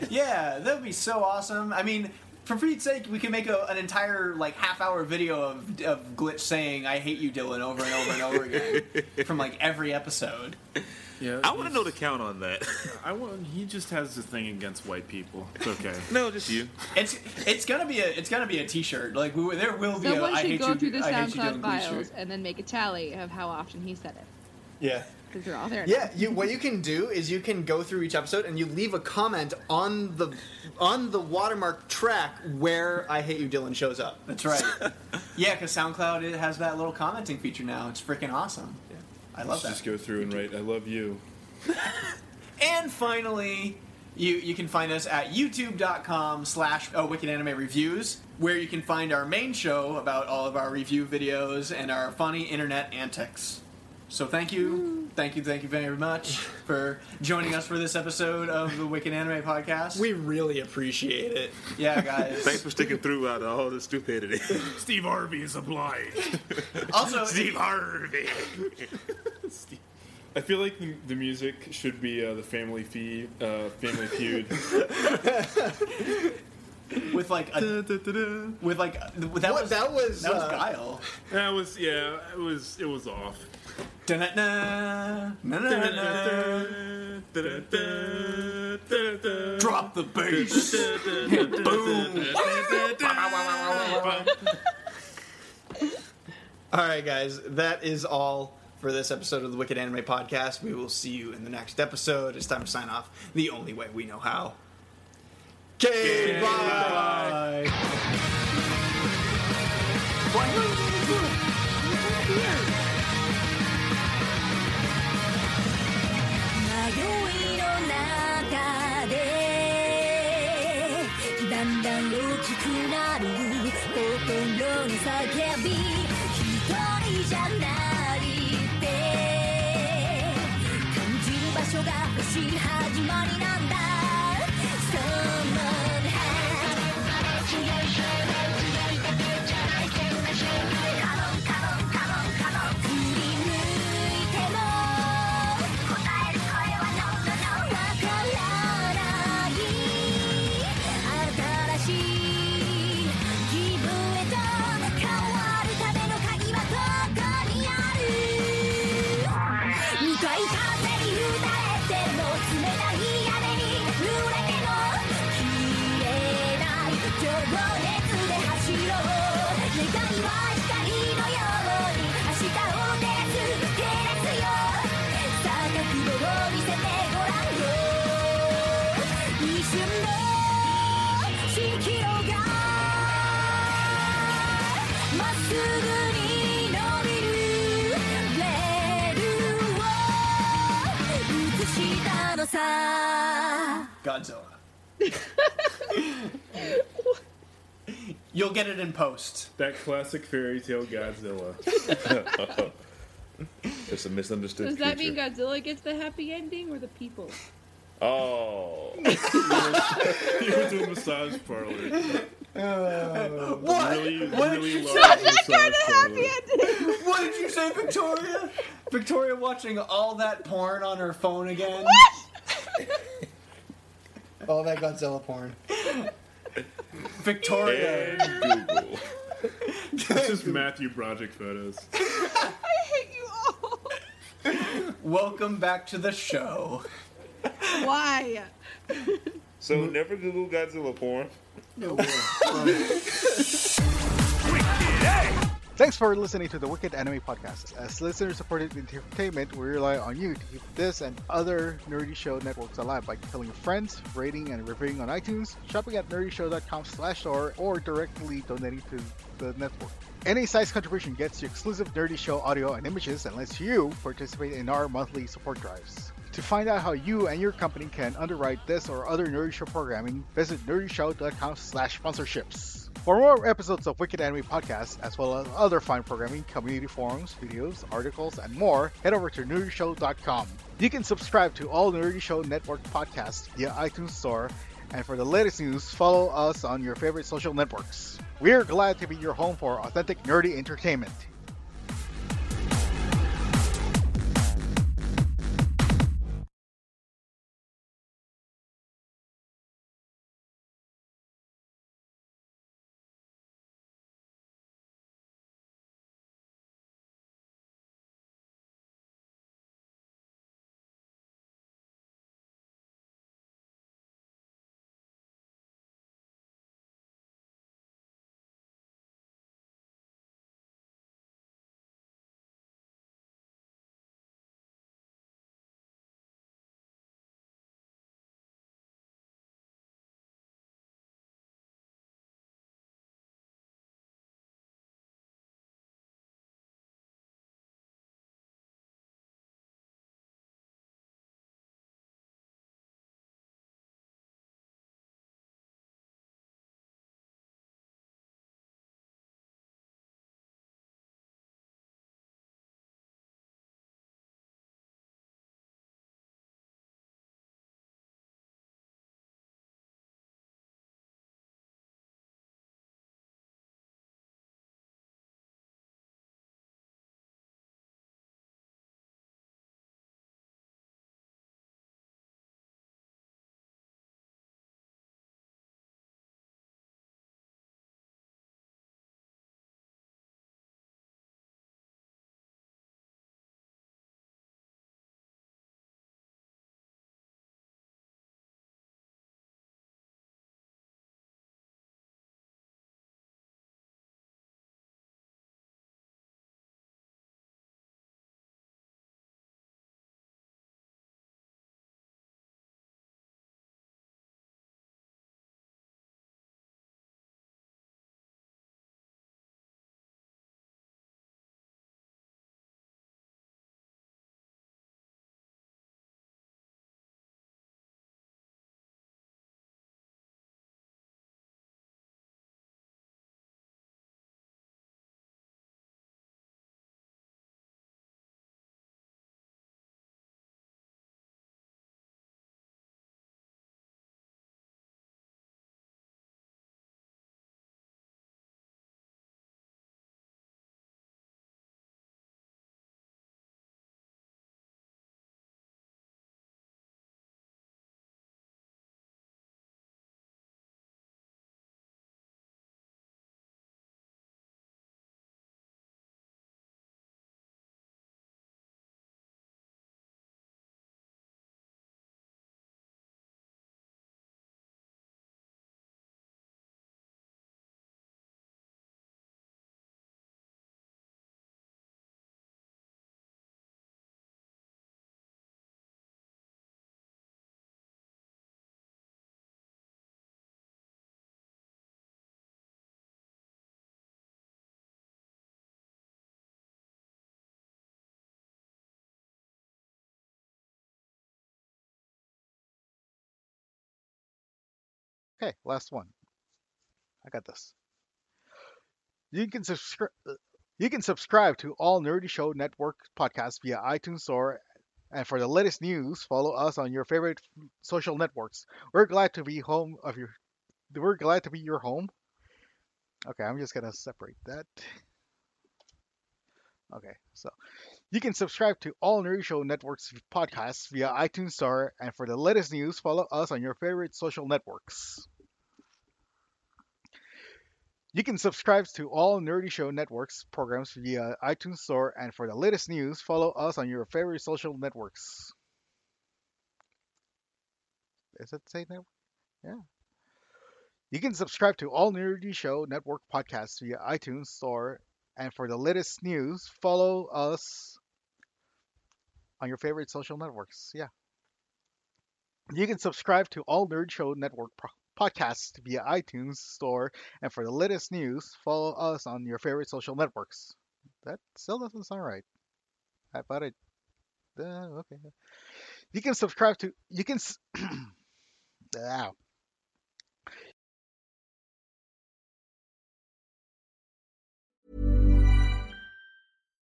[SPEAKER 4] yeah, that would be so awesome. I mean, for Pete's sake, we can make a, an entire like half-hour video of, of Glitch saying "I hate you, Dylan" over and over and over again from like every episode.
[SPEAKER 3] Yeah,
[SPEAKER 2] I want to know the count on that.
[SPEAKER 3] I want. He just has this thing against white people. It's okay.
[SPEAKER 2] no, just you.
[SPEAKER 4] It's it's gonna be a it's gonna be a T-shirt. Like we, there will be. a,
[SPEAKER 5] Someone
[SPEAKER 4] I
[SPEAKER 5] should
[SPEAKER 4] hate
[SPEAKER 5] go
[SPEAKER 4] you,
[SPEAKER 5] through the
[SPEAKER 4] I hate you,
[SPEAKER 5] SoundCloud
[SPEAKER 4] Dylan Glitch shirt.
[SPEAKER 5] files and then make a tally of how often he said it.
[SPEAKER 6] Yeah.
[SPEAKER 5] Because they're all there.
[SPEAKER 6] Yeah, you what you can do is you can go through each episode and you leave a comment on the on the watermark track where I hate you Dylan shows up.
[SPEAKER 4] That's right. yeah, because SoundCloud it has that little commenting feature now. It's freaking awesome. I love
[SPEAKER 3] Let's
[SPEAKER 4] that.
[SPEAKER 3] Just go through and write. I love you.
[SPEAKER 4] And finally, you, you can find us at youtube.com slash oh, Wicked Anime Reviews, where you can find our main show about all of our review videos and our funny internet antics. So thank you, thank you, thank you very much for joining us for this episode of the Wicked Anime Podcast. We
[SPEAKER 6] really appreciate it.
[SPEAKER 4] Yeah, guys.
[SPEAKER 2] Thanks for sticking through out all the stupidity.
[SPEAKER 3] Steve Harvey is obliged.
[SPEAKER 4] Also,
[SPEAKER 2] Steve Harvey.
[SPEAKER 3] I feel like the, the music should be uh, the Family Feud. Uh, family Feud.
[SPEAKER 4] with like a, with like a- that was that was that was
[SPEAKER 6] uh,
[SPEAKER 4] Guile.
[SPEAKER 3] That was yeah. It was it was off.
[SPEAKER 4] Dun-dun-dun, dun-dun-dun-dun. Drop the bass.
[SPEAKER 6] All right, guys, that is all for this episode of the Wicked Anime Podcast. We will see you in the next episode. It's time to sign off the only way we know how. Goodbye.
[SPEAKER 8] 迷いの中でだんだん大きくなる心の叫び一人じゃないって感じる場所が欲しい始まりなんだ Someone had 振り向いても答える声は No No No 忘れないでまっすぐに伸びるレールを映したのさ
[SPEAKER 4] Godzilla.
[SPEAKER 6] You'll get it in post.
[SPEAKER 3] That classic fairy tale Godzilla.
[SPEAKER 2] it's a misunderstood.
[SPEAKER 5] Does that mean Godzilla gets the happy ending or the people?
[SPEAKER 2] Oh.
[SPEAKER 3] he went to a massage parlor.
[SPEAKER 6] what?
[SPEAKER 3] Really,
[SPEAKER 6] what did
[SPEAKER 3] really
[SPEAKER 6] you
[SPEAKER 3] large
[SPEAKER 6] say?
[SPEAKER 3] massage parlor.
[SPEAKER 6] What did you say, Victoria? Victoria watching all that porn on her phone again. all that Godzilla porn. Victoria.
[SPEAKER 3] And Google. It's just Matthew Broderick photos.
[SPEAKER 6] Welcome back to the show.
[SPEAKER 5] Why?
[SPEAKER 2] So never Google Godzilla porn.
[SPEAKER 6] No.
[SPEAKER 9] Thanks for listening to the Wicked Anime Podcast. As listener-supported entertainment, we rely on you to keep this and other Nerdy Show networks alive by telling your friends, rating and reviewing on iTunes, shopping at nerdyshow.com slash store, or directly donating to the network. Any size contribution gets you exclusive Nerdy Show audio and images and lets you participate in our monthly support drives. To find out how you and your company can underwrite this or other Nerdy Show programming, visit nerdyshow.com slash sponsorships. For more episodes of Wicked Anime Podcast, as well as other fine programming, community forums, videos, articles, and more, head over to nerdyshow.com. You can subscribe to all Nerdy Show Network podcasts via iTunes Store, and for the latest news, follow us on your favorite social networks. We're glad to be your home for authentic nerdy entertainment. Hey, last one. I got this. You can subscribe. You can subscribe to all Nerdy Show Network podcasts via iTunes Store, and for the latest news, follow us on your favorite social networks. We're glad to be home of your. We're glad to be your home. Okay, I'm just gonna separate that. Okay, so you can subscribe to all Nerdy Show Network's podcasts via iTunes Store, and for the latest news, follow us on your favorite social networks. You can subscribe to all Nerdy Show Network's programs via iTunes Store, and for the latest news, follow us on your favorite social networks. Is that the same network? Yeah. You can subscribe to all Nerdy Show Network podcasts via iTunes Store, and for the latest news, follow us on your favorite social networks. Yeah. You can subscribe to all Nerd Show Network pro- podcasts via iTunes Store, and for the latest news, follow us on your favorite social networks. That still doesn't sound right. I thought it. Uh, okay. You can subscribe to. You can. s- Ow.